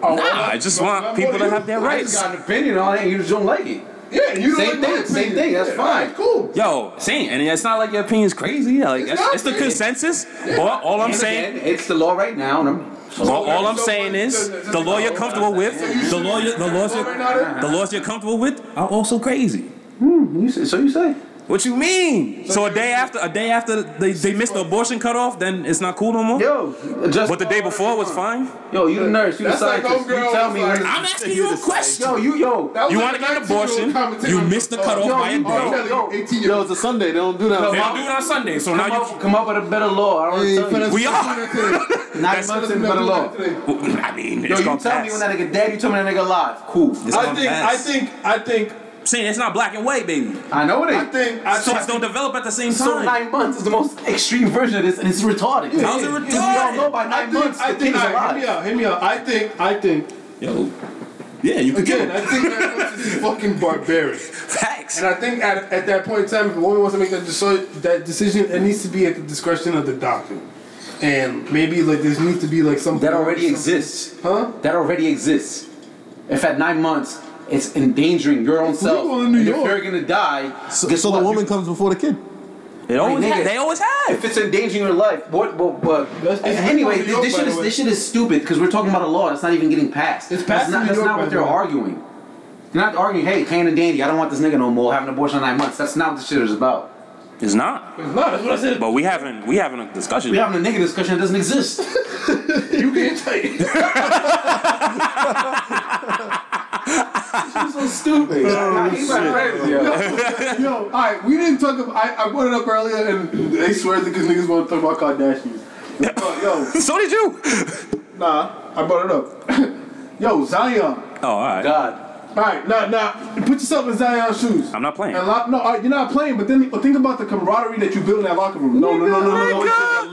Nah, I just want people to have their rights. I just got an opinion on it. You just don't like it. Yeah, you don't Same like my thing, same opinion. thing, that's Yeah, fine. Cool. Yo, same, and it's not like your opinion's crazy. Like it's, not. it's the consensus. But all I'm And saying, again, it's the law right now, and I'm. but all I'm saying is the law you're comfortable with, the law, you- the laws, you're, the laws you're comfortable with are also crazy. Hmm, you say, so you say. What you mean? So a day after, a day after they, they missed the abortion cutoff, then it's not cool no more. Yo, just but the day before was fine. Yo, you the nurse, you the That's like scientist, you homegirl tell me was when- like- I'm asking you a question. Yo, you yo. You want to get an abortion? You missed the cutoff Yo, by a you- day. yo, Yo, it's a Sunday. They don't do that. They don't do it on Sunday, so come now you up, come up with a better law. I don't tell you. We are. Nine months in better law. I mean, Yo, it's you gonna tell pass. me when that nigga dead. You tell me that nigga alive. Cool. I think- I think. I think. Saying it's not black and white, baby. I know it I ain't. think. so it's don't develop at the same So time. nine months is the most extreme version of this, and it's retarded. How's it Because we all retarded? know by nine I think. months, I the thing think. is all right, Hear alive. me out. Hear me out. I think. I think. Yo. Yeah, you can Again, I think that process is fucking barbaric. Facts. And I think at, at that point in time, if a woman wants to make that, deso- that decision, it needs to be at the discretion of the doctor. And maybe like there needs to be like something That already exists. Huh? That already exists. If at nine months, it's endangering your own self. and If you're gonna die, So, so the woman comes before the kid. It always Like, ha- nigga, they always have. If it's endangering your life, what? What? what anyway, New this, York, this by shit the is way. this shit is stupid because we're talking about a law that's not even getting passed. It's passed That's in not, New that's York, not by what the they're way. arguing. They're not arguing. Hey, Kane and Dandy, I don't want this nigga no more. Having an abortion at nine months. That's not what this shit is about. It's not. It's not. That's what I said. But we having we having a discussion. We're having a nigga discussion that doesn't exist. you can't take it. so stupid. Nah, he's my friend, yo. yo, all right, we didn't talk about. I, I brought it up earlier, and they swear because niggas want to talk about Kardashians. But, yo, so did you? Nah, I brought it up. yo, Zion. Oh, all right. God. All right, now, now, put yourself in Zion's shoes. I'm not playing. And lo- no, all right, you're not playing. But then think about the camaraderie that you build in that locker room. No, no, no, no, Oh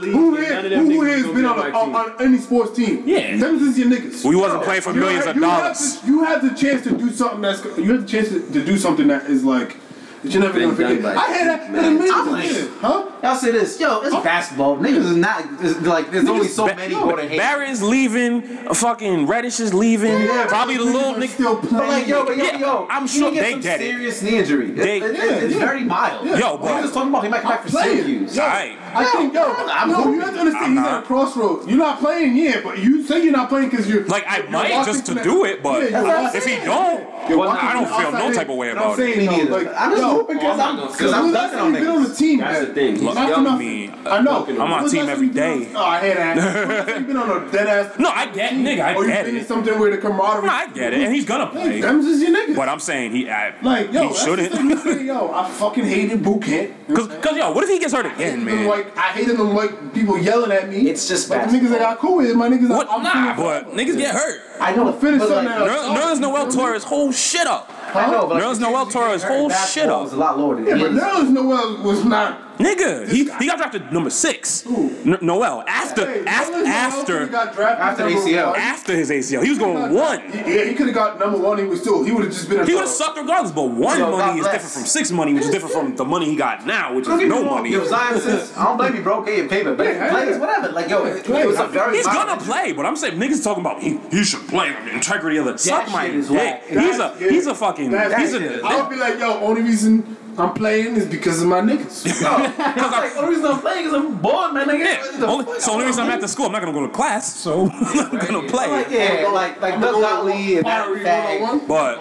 no. no. Who here? Who here has been on, a, on, on any sports team? Yeah. Them is your niggas. We wasn't playing for You millions have- of you have dollars. the- you have the chance to do something that's. You have the chance to, to do something that is like. That you're never gonna forget. I had that. that amazing I'm like, thing, huh? Y'all say this, yo, it's basketball. Niggas is not it's like there's only so many go to hate. Barron's leaving, fucking Reddish is leaving. Yeah, probably the but little niggas are nigga still playing. But like, yo, but yo, Yeah, yo, I'm he sure get they some get it. serious knee injury. They- It- it- it's Yeah, yeah. very mild. Yo, what bro. are just talking about? He might come back for playing. Syracuse. Yo, I think yo, I'm yo, hoping. you have to understand. he's at a crossroad. You're not playing, yeah, but you say you're not playing because you're Like I you're might locked just to into do that- it, but Yeah, you're locked if in. he don't, You're well, locked I don't into feel no outside type of in. way And about I'm saying, it. yo, like, I'm just yo, hoping 'cause I'm- 'cause when I'm was dunking last time on you been on the team. That's the thing. Look, Not y'all enough- mean, I know. I'm on When was team last time every you been day. on- Oh, I hear that. When was last time you been on a dead ass. No, I get, nigga, I or Oh, you get been it. in something where the camaraderie. No, I get it, and he's gonna play. Like, them's just your niggas. But I'm saying he, I, Like, yo, he that's shouldn't. the thing you say, yo, I fucking hated boot camp. Cause, cause, yo, what if he gets hurt again, Them man? White, I hated them white people yelling at me. It's just but the niggas that got cool with my niggas. What? I'm Nah, cool. but niggas get hurt. I know. Finish but something like- else. Ner- Nerlens Noel tore his whole shit up. I know, but like, Nerlens Noel tore his whole shit basketball up. is a lot lower than Yeah, it but is. Nerlens Noel was not. Nigga, he, he got drafted number six. N- Noel after Hey, after Nerlens Noel after could've got drafted number one. after his ACL, he was going He- one. Yeah, he could have got number one. He was still. He would have just been. a He would have dog. sucked regardless, but one Yo, God money is bless. different from six money, which is different from the money he got now, which Don't is get me no wrong, money. Yo, Zion says, I don't blame you, bro. Get your paper, but Yeah, plays, yeah. whatever. Like, yo, it, it was a very. He's mild- gonna play, but I'm saying niggas talking about he, he should play on the integrity of the suck my shit is dick. whack. He's a That shit- he's a fucking That's he's it. a I'll be like, yo, only reason I'm playing is because of my niggas. It's like, the only reason I'm playing is I'm bored, man. Nigga. What the only, fuck? so only reason I'm at the school, I'm not gonna go to class, so I'm not gonna play. Like, yeah, like, like Doug Gottlieb and that bag. But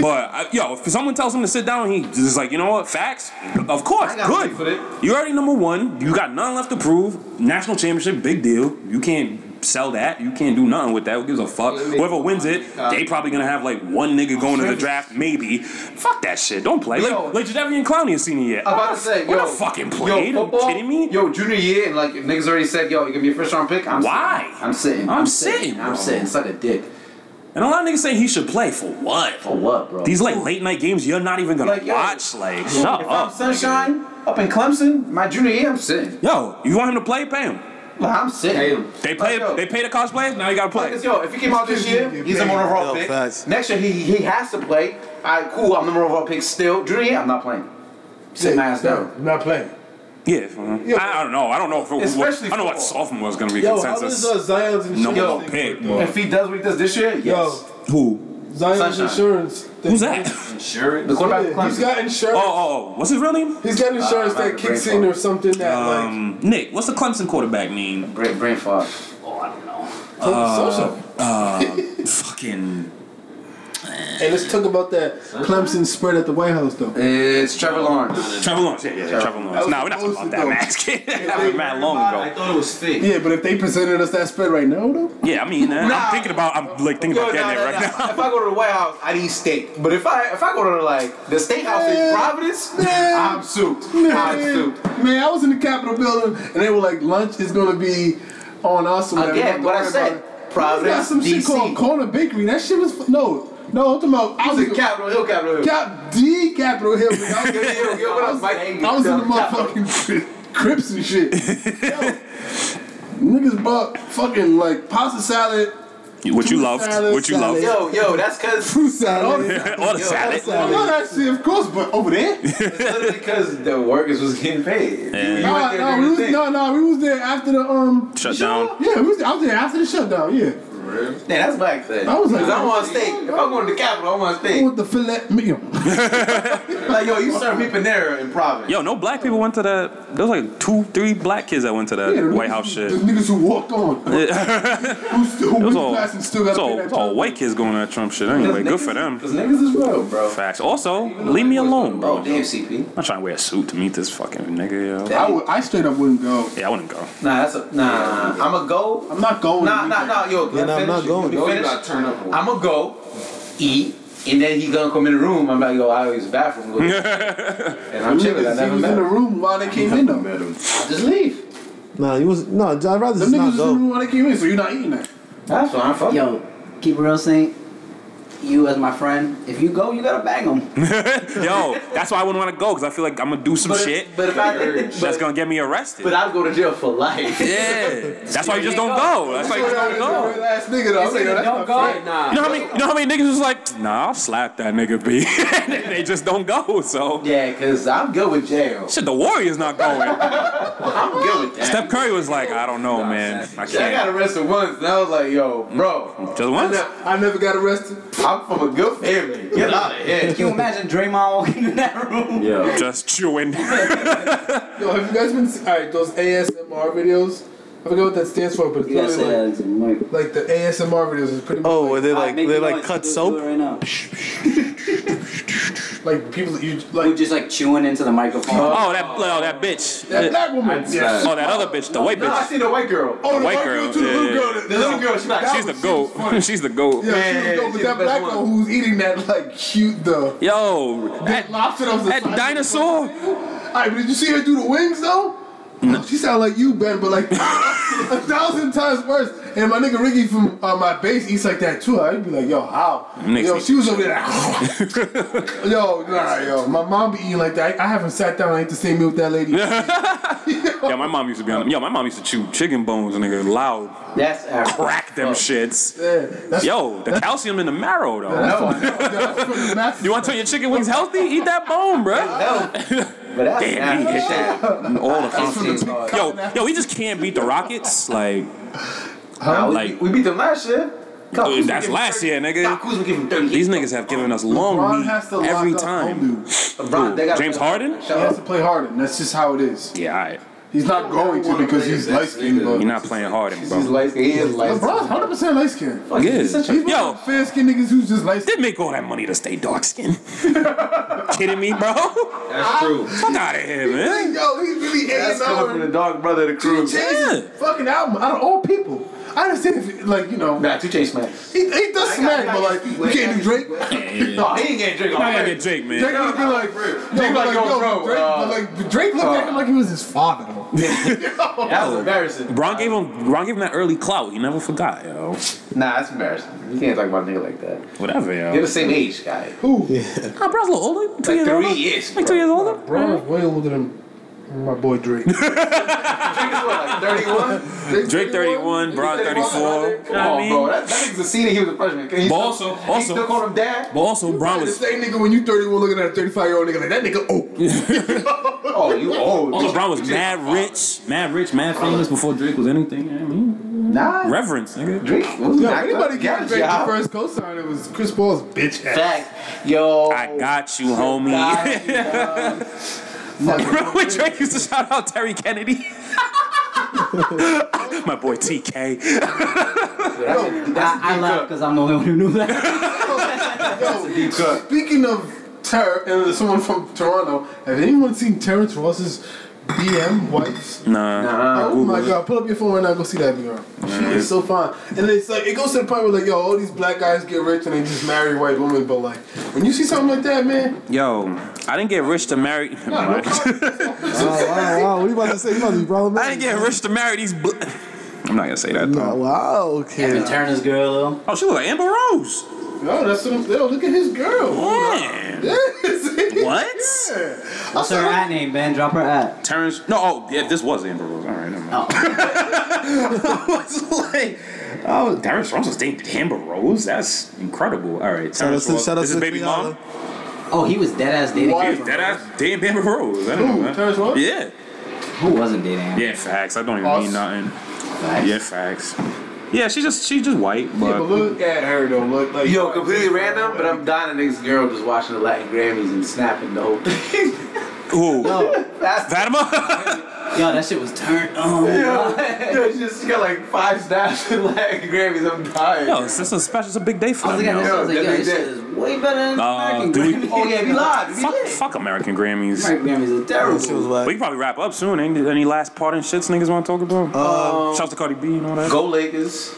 but I, yo, if someone tells him to sit down, he just like you know what? Facts, of course, good. You're already number one. You got nothing left to prove. National championship, big deal. You can't sell that. You can't do nothing with that. Who gives a fuck? Whoever wins it, they probably gonna have like one nigga going to the draft, maybe. Fuck that shit. Don't play. Yo. Like, like Jadevian Clowney is senior yet. I'm about to say, We're yo, not fucking played. Yo, Are you football, kidding me? Yo, junior year, and like niggas already said, yo, you gonna be a first round pick. I'm Why? Sitting. I'm sitting. I'm I'm sitting. sitting, I'm bro. sitting. Suck a dick. And a lot of niggas saying he should play for what? For what, bro? These like late night games you're not even gonna Like, yo, watch. Like, shut if I'm up. Sunshine, up in Clemson, my junior year, I'm sitting. Yo, you want him to play? Pay him. I'm sitting. Pay him. They play. they pay the college players. Now you gotta play. Yo, if he came out this year, he's a number overall pick. Next year, he he has to play. All right, cool. I'm number overall pick still. Junior year, I'm not playing. Sit my ass down. I'm not playing. Yeah, mhm. I, I don't know. I don't know if it was. I Especially don't know what sophomore is gonna be Yo, how consensus. does, uh, Zion's insurance number thing one pick. bro. If he does what he does this year, yes. Who? Zion's insurance. Who's that? Insurance. The quarterback of Yeah, he's Clemson. got insurance. Oh, oh, oh. What's his real name? He's got insurance that kicks in or something that like. Um, Nick, what's the Clemson quarterback name? Brain, brain fog. Oh, I don't know. Uh, Sosa. uh, fucking. Hey, let's talk about that Clemson spread at the White House though. It's Trevor Lawrence. Trevor Lawrence, yeah, yeah, Trevor Lawrence. Nah, we're not talking about that, man. That was mad long I ago. thought it was fake. Yeah, but if they presented us that spread right now though, Yeah, I mean, uh, Nah. I'm thinking about, I'm like thinking about Yo, getting nah, it right nah, now. nah. If I go to the White House, I need steak. But if I if I go to like the state house in Providence, I'm souped. I'm man, souped. man, I was in the Capitol building and they were like, lunch is gonna be on us. or whatever. Again, Don't what I worry said, about it. Providence, They got some shit DC. called Corner Bakery. That shit was no, no. I'm talking about. I He's was in Capitol Hill, Capitol Hill. Cap D Capitol Hill. nigga. I was- Yo, yo, yo, what up, Mike? I was in the motherfucking Crips and shit. Yo, niggas bought fucking like pasta salad. What you fruit loved, salad, what you loved. Yo, yo, that's cause fruit salad, all the Yeah, all the salad. No, that shit, of course, but over there. Because the workers was getting paid. Yeah. No, no, we was no, no, we was there after the um. Shut down. Yeah, we was, I was there after the shutdown. Yeah, Yeah, that's black thing. I was like, Cause I want steak. If I'm going to the Capitol, I want steak. with the fillet mignon. Like, yo, you serve me Panera in Providence. Yo, no black people went to that. There was like two, three black kids that went to that Yeah, the White niggas- House shit. The niggas who walked on. who still It who was went all, to class and still got it's all, paid it's that all white kids going to that Trump shit anyway. Good for them. Cause niggas is real, bro. Facts. Also, leave me alone, bro. Damn, CP. I'm not trying to wear a suit to meet this fucking nigga, yo. I, would, I straight up wouldn't go. Yeah, I wouldn't go. Nah, that's a nah. I'ma go. I'm not going. Nah, nah, nah. Yo, Yeah, nah, I'm not going. You Yo, you finish? gotta turn up. I'ma go eat, and then he gonna come in the room. I'm like, yo, I always bathroom. With him. and I'm Them chilling. niggas, I he never was met. in the him. room while they came in though. Just leave. Nah, you was no. I'd rather Them just niggas not was in the go. room while they came in, so you're not eating that. That's what I'm fucking. Yo, keep it real, Saint. You as my friend, if you go, you gotta bang him. Yo, that's why I wouldn't want to go because I feel like I'm gonna do some But if- shit but if I- that's gonna get me arrested. But I'd go to jail for life. yeah, that's why you just don't go. That's why you just don't go. Real ass nigga though. He I'm like, said, that's "Don't my go." friend. Nah. You know how many? You know how many niggas was like, Nah, I'll slap that nigga, b. they just don't go. So Yeah, cause I'm good with jail. shit, the Warriors not going. I'm good with that. Steph Curry was like, I don't know, man. I I got can't. arrested once, and I was like, yo, bro, Just once. I never got arrested. I'm from a good family. Get out of here. Can you imagine Draymond walking in that room? Yeah. Just chewing. Yo, have you guys been? All right, those ASMR videos. I forget what that stands for, but it's You gotta say literally that to the mic. like, like the ASMR videos is pretty much Oh, were they like Make they the like noise. cut Do- do soap? it right now. like people that you Who like. just like chewing into the microphone. Oh, that oh, that bitch. That black woman. Yeah. Oh, that other bitch, the white No, I bitch. seen the white girl. Oh, the white white girl, girl too. The yeah, little yeah, girl. The little girl, she like, She's the goat. She's the goat. Yeah, Yeah, she yeah, was dope, she's but the that best black one. girl who's eating that like cute the Yo, that, lobster that was the that size of- dinosaur. Alright, but did you see her do the wings though? She sound like you, Ben, but like a thousand times worse. And my nigga Ricky from uh, my base eats like that too. I'd be like, yo, how? Niggas yo, eat she was over there like, yo, nah, yo. My mom be eating like that. I, I haven't sat down and ate the same meal with that lady. Yeah, my mom used to be on. Yo, my mom used to chew chicken bones, nigga, loud, That's Africa. crack them shits. Yeah, that's, Yo, the calcium in the marrow though. that's from, that's from the master. You want to turn your chicken wings healthy? Eat that bone, bruh. No, but that's Damn, he hit that. in All the Africa. confidence. Yo, yo, we just can't beat the Rockets. Like, Nah, we, Like- we beat them last year. dude, that's last year, nigga. Who's gonna give them 30? These niggas have given us long LeBron meat has to lock every up time. Olu. LeBron, they got James Harden? He has to play hard, and that's just how it is. Yeah, all right. He's not going to because he's light skinned, but You're not playing Harden, He's bro. light skinned. He is light LeBron's 100% light skinned. skinned. Yeah. He's such a- He's one Yo. of the fair skinned niggas who's just light Did make all that money to stay dark skinned. Kidding me, bro? That's true. Fuck out of here, man. Yo, he's really That's coming from the A&R. dog brother of the crew. Changed his Yeah. fucking album out of all people. I understand if, you- like, you know. Nah, 2 Chainz smack. He, he does smack, but like, you can't do Drake. No, he ain't getting Drake. He not gonna get Drake, Drake would have been like, Drake like, yo, bro, Drake, but like, Drake looked at him like he was his father. that was embarrassing. Bron gave him Bron gave him that early clout. He never forgot, yo. Nah, that's embarrassing. You can't talk about a nigga like that. Whatever, yo. You're the same age, guy. Who? Nah, bro's a little older. Two Like years three older. years, Like two years older. Bro, was way older than my boy Drake. Drake 31, Bron 34. Come on, bro. That, that nigga's a senior. He was a freshman. But He still- also- he also- still called him dad. But also, Bron the was same nigga when you 31 looking at a 35 year old nigga like, that nigga old. oh, you old. Also, Brown was mad rich, mad rich, mad famous before Drake was anything. I mean, nah, reverence, nigga. Drake Yo, anybody got got Drake the first cosign, it was Chris Paul's bitch ass. Fact. Yo. I got Oh, you, homie. Remember when Drake used to shout out Terry Kennedy? My boy TK. I, I laugh because I'm the only one who knew that. Yo, speaking of Ter and someone from Toronto, have anyone seen Terrence Ross's BM wife? Nah. oh my god, pull up your phone right now, go see that girl. She is so fine. And it's like it goes to the point where like, yo, all these black guys get rich and they just marry white women, but like when you see something like that, man, Yo, I didn't get rich to marry. I wow, wow. What are you about to say? You about to be problematic. didn't get rich to marry these. Bl- I'm not gonna say that. No, wow, okay. Evan Turner's girl, though. Oh, she look like Amber Rose. yo, that's what I'm yo, look at his girl. Man. What? Yeah. What's her at name, Ben? Drop her at. Terrence. No, oh, yeah, this was Amber Rose. All right, never mind. I was like, oh, Terrence Ross was dating Amber Rose. That's incredible. All right, Shout out Terrence to- Ross. shout out This is to baby mom. Oh, he was dead ass dating. Yeah, that ass dating Amber Rose. I don't Who, know, man. Terrence Ross? Yeah. Who wasn't dating? Amber? Yeah, facts. I don't even Us. mean nothing. Yeah, facts. Yeah, she just she just white, but, Yeah, but look at her though. Look like yo, completely random. But I'm dying at this girl just watching the Latin Grammys and snapping the whole thing. Ooh, no, Yo, that shit was turned on. yo, yo, she just she got like five snaps in Latin Grammys. I'm dying. Yo, it's, it's a special. It's a big day for I was them. looking at this, I was like, that yo, they this did. shit is way better than Uh, American do we- Grammys. Oh yeah, we live. Fuck, fuck American Grammys. American Grammys are terrible. This was We can probably wrap up soon. Ain't there any last part and shits niggas want to talk about? Um, Shouts to Cardi B and all that. Go Lakers.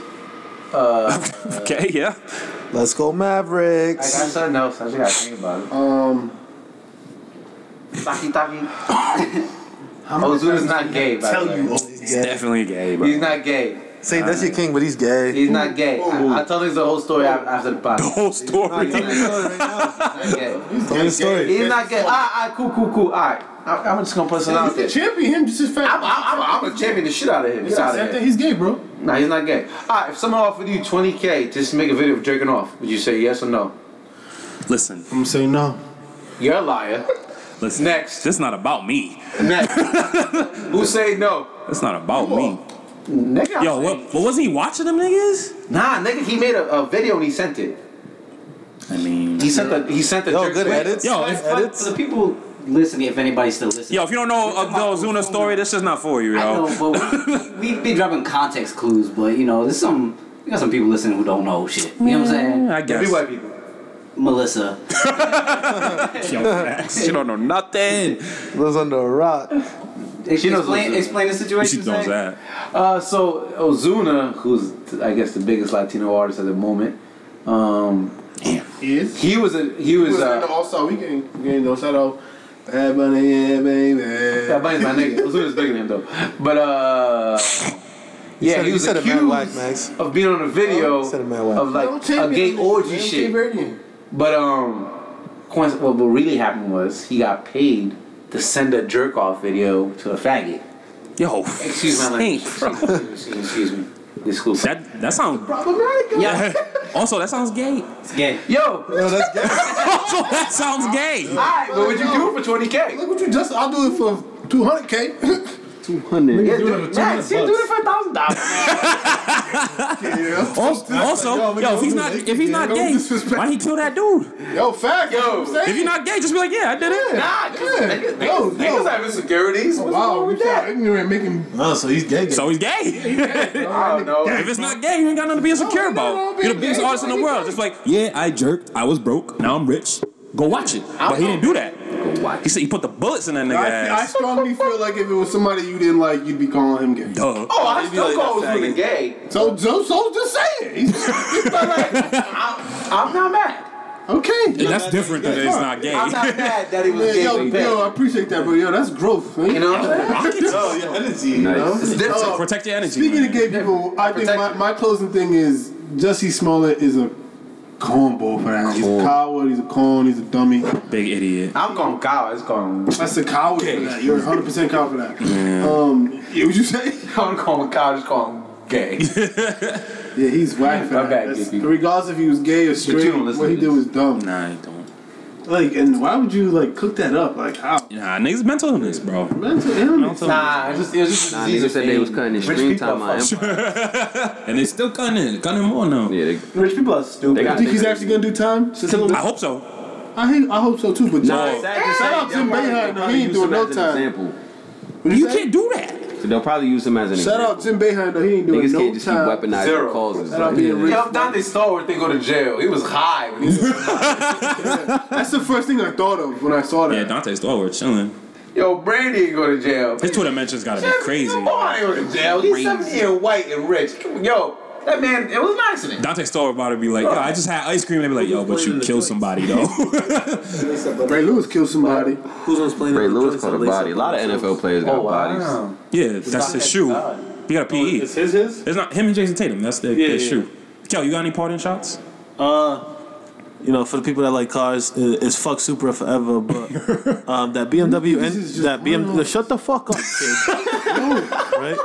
Uh, okay, yeah. Let's go I got Mavericks. something else. I just gotta think about it. Um, Taki Taki. Ozuna's not gay. By the way. He's definitely gay, bro. He's not gay. Say that's your king, but he's gay. He's not gay. I, I'll tell you the whole story af- after the podcast. The whole story. He's not gay. He's Tell the story. He's not gay. All right, all right, cool, cool, cool. All right. I, I'm just gonna put something out He's there. a champion, him just as fast. I'm, I'm, I'm, I'm a champion the shit out of him. Get out of Except here. that he's gay, bro. Nah, he's not gay. All right, if someone offered you 20k just to make a video of jerking off, would you say yes or no? Listen, I'm saying no. You're a liar. listen. Next. This not about me. Next. Who say no? It's not about me. Nigga, Yo, what, what wasn't he watching them niggas? Nah, nigga, he made a, a video and he sent it. I mean, he sent the he sent the jerk video. Yo, But- but For the people listening, if anybody's still listening, Yo, if you don't know of the Ozuna story, this is not for you, yo. I know, but we, we be dropping context clues. But you know, there's some you got some people listening who don't know shit. You know what I'm saying? I guess. Be white people. Melissa. Yo, facts. she don't know nothing. Lives under a rock. She knows explain, Ozuna. explain the situation. She knows Zay. that. Uh, so Ozuna, who's th- I guess the biggest Latino artist at the moment, um, He is. he was a he was in the uh, All Star Weekend game though. Shout out, Bad Bunny, yeah, baby. that bunny's my nigga. Ozuna's bigger than him though, but uh, You yeah, said- he you was said it mad accused whack, Max. of being on a video You said it mad whack. of like Don't take a me gay to- orgy don't shit. take Brady. But um, coinc- what what really happened was he got paid to send a jerk off video to a faggot. Yo, excuse my language. Excuse me, excuse me. Excuse me. That that sounds problematic. Yeah. also, that sounds gay. It's gay. Yo. Yo, that's gay. also, that sounds gay. Alright, but what'd you do for 20k? Look what you just. I'll do it for 200k. 200. Yeah, do it for Max, you do it for a thousand dollars. Also, also, Yo, yo, we if he's not if he's not gay, why he kill that dude? Yo, fact. Yo, If you're not gay, just be like, yeah, I did it. Nah, niggas, Yo, yo. niggas, niggas have insecurities. What's wow, wrong with you that? sound ignorant, making. Oh, so he's gay. So he's gay. I don't know. If it's not gay, you ain't got nothing to be insecure about. You're the biggest artist in the world. Just like, yeah, I jerked. I was broke. Now I'm rich. Go watch it. But he didn't do that. He said he put the bullets in that nigga I, I ass. strongly feel like if it was somebody you didn't like, you'd be calling him gay. Duh. Oh, I You'd be still like, call "That him faggot." gay. So, so, so just say it. He's, he's not like, I'm, I'm not mad. Okay. Yeah, that's different than it's not gay. I'm not mad that he was gay, Yo, but gay. yo, I appreciate that, bro. Yo, that's growth, man. You know what I'm saying? Yo, your energy, you Nice. know? It's different. Yo, Protect your energy, Speaking man. of gay people, I think my, my closing thing is Jussie Smollett is a cornball for that. He's a coward, he's a corn, he's a dummy. Big idiot. I'm going coward. It's going. That's a coward for that. You're 100 percent coward for that. Um, yeah, would you say? I'm calling coward. Just call him gay. yeah, he's whack for My that. bad, That's- gay people. regardless if he was gay or But you straight, don't listen what he to did was dumb. Nah, I don't. Like, and why would you like cook that up? Like, how? Nah, niggas mental illness, bro. Mental illness. Nah, it's just, it was just a Nah, disease niggas of said they fame. was cutting Rich extreme people time are out fucked. And they still cutting it, cutting more now. Yeah, Rich people are stupid. You think he's actually gonna do time? I hope so. I hate, I hope so too. But No, Jussie- exactly. shout out They'll Tim probably- Behan. they'll though. probably He ain't use doing him no as an time. Example. You can't do that. So they'll probably use him as an Shout example. out Tim Behan. though. He ain't doing Niggas no can't just keep time. weaponizing Zero. causes. Shout out being rich. Yo, Dante Stallworth didn't go to jail. He was high when he was That's the first thing I thought of when I saw that. Yeah, Dante's thought we're chilling. Yo, Brady ain't go to jail. His Twitter mentions gotta be crazy. Nobody go to jail. He's 70 and white and rich. Yo, that man, it was an accident. Dante Stoller about to be like, yo, I just had ice cream. They be like, yo, but you killed somebody though. Ray Lewis killed somebody. Who's on explaining? Ray Lewis caught a body. A lot of NFL players got bodies. Yeah, that's his shoe. He got a PE. it's his his? It's not him and Jason Tatum. That's their, Yeah, their yeah. shoe. Kel, you got any parting shots? Uh, you know, for the people that like cars, i- it's fuck Supra forever. But um, that BMW engine, that BMW, shut the fuck up, kid. right?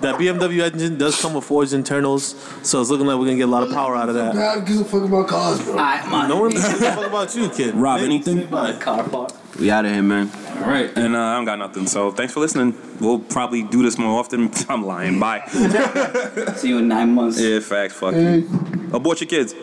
That BMW engine does come with forged internals, so it's looking like we're gonna get a lot of power out of that. God gives a fuck about cars, bro. No one gives a fuck about you, kid. Rob, anything? Car park. We out of here, man. All right, and uh, I don't got nothing. So thanks for listening. We'll probably do this more often. I'm lying. Bye. See you in nine months. Yeah, facts. Fuck you. Abort your kids.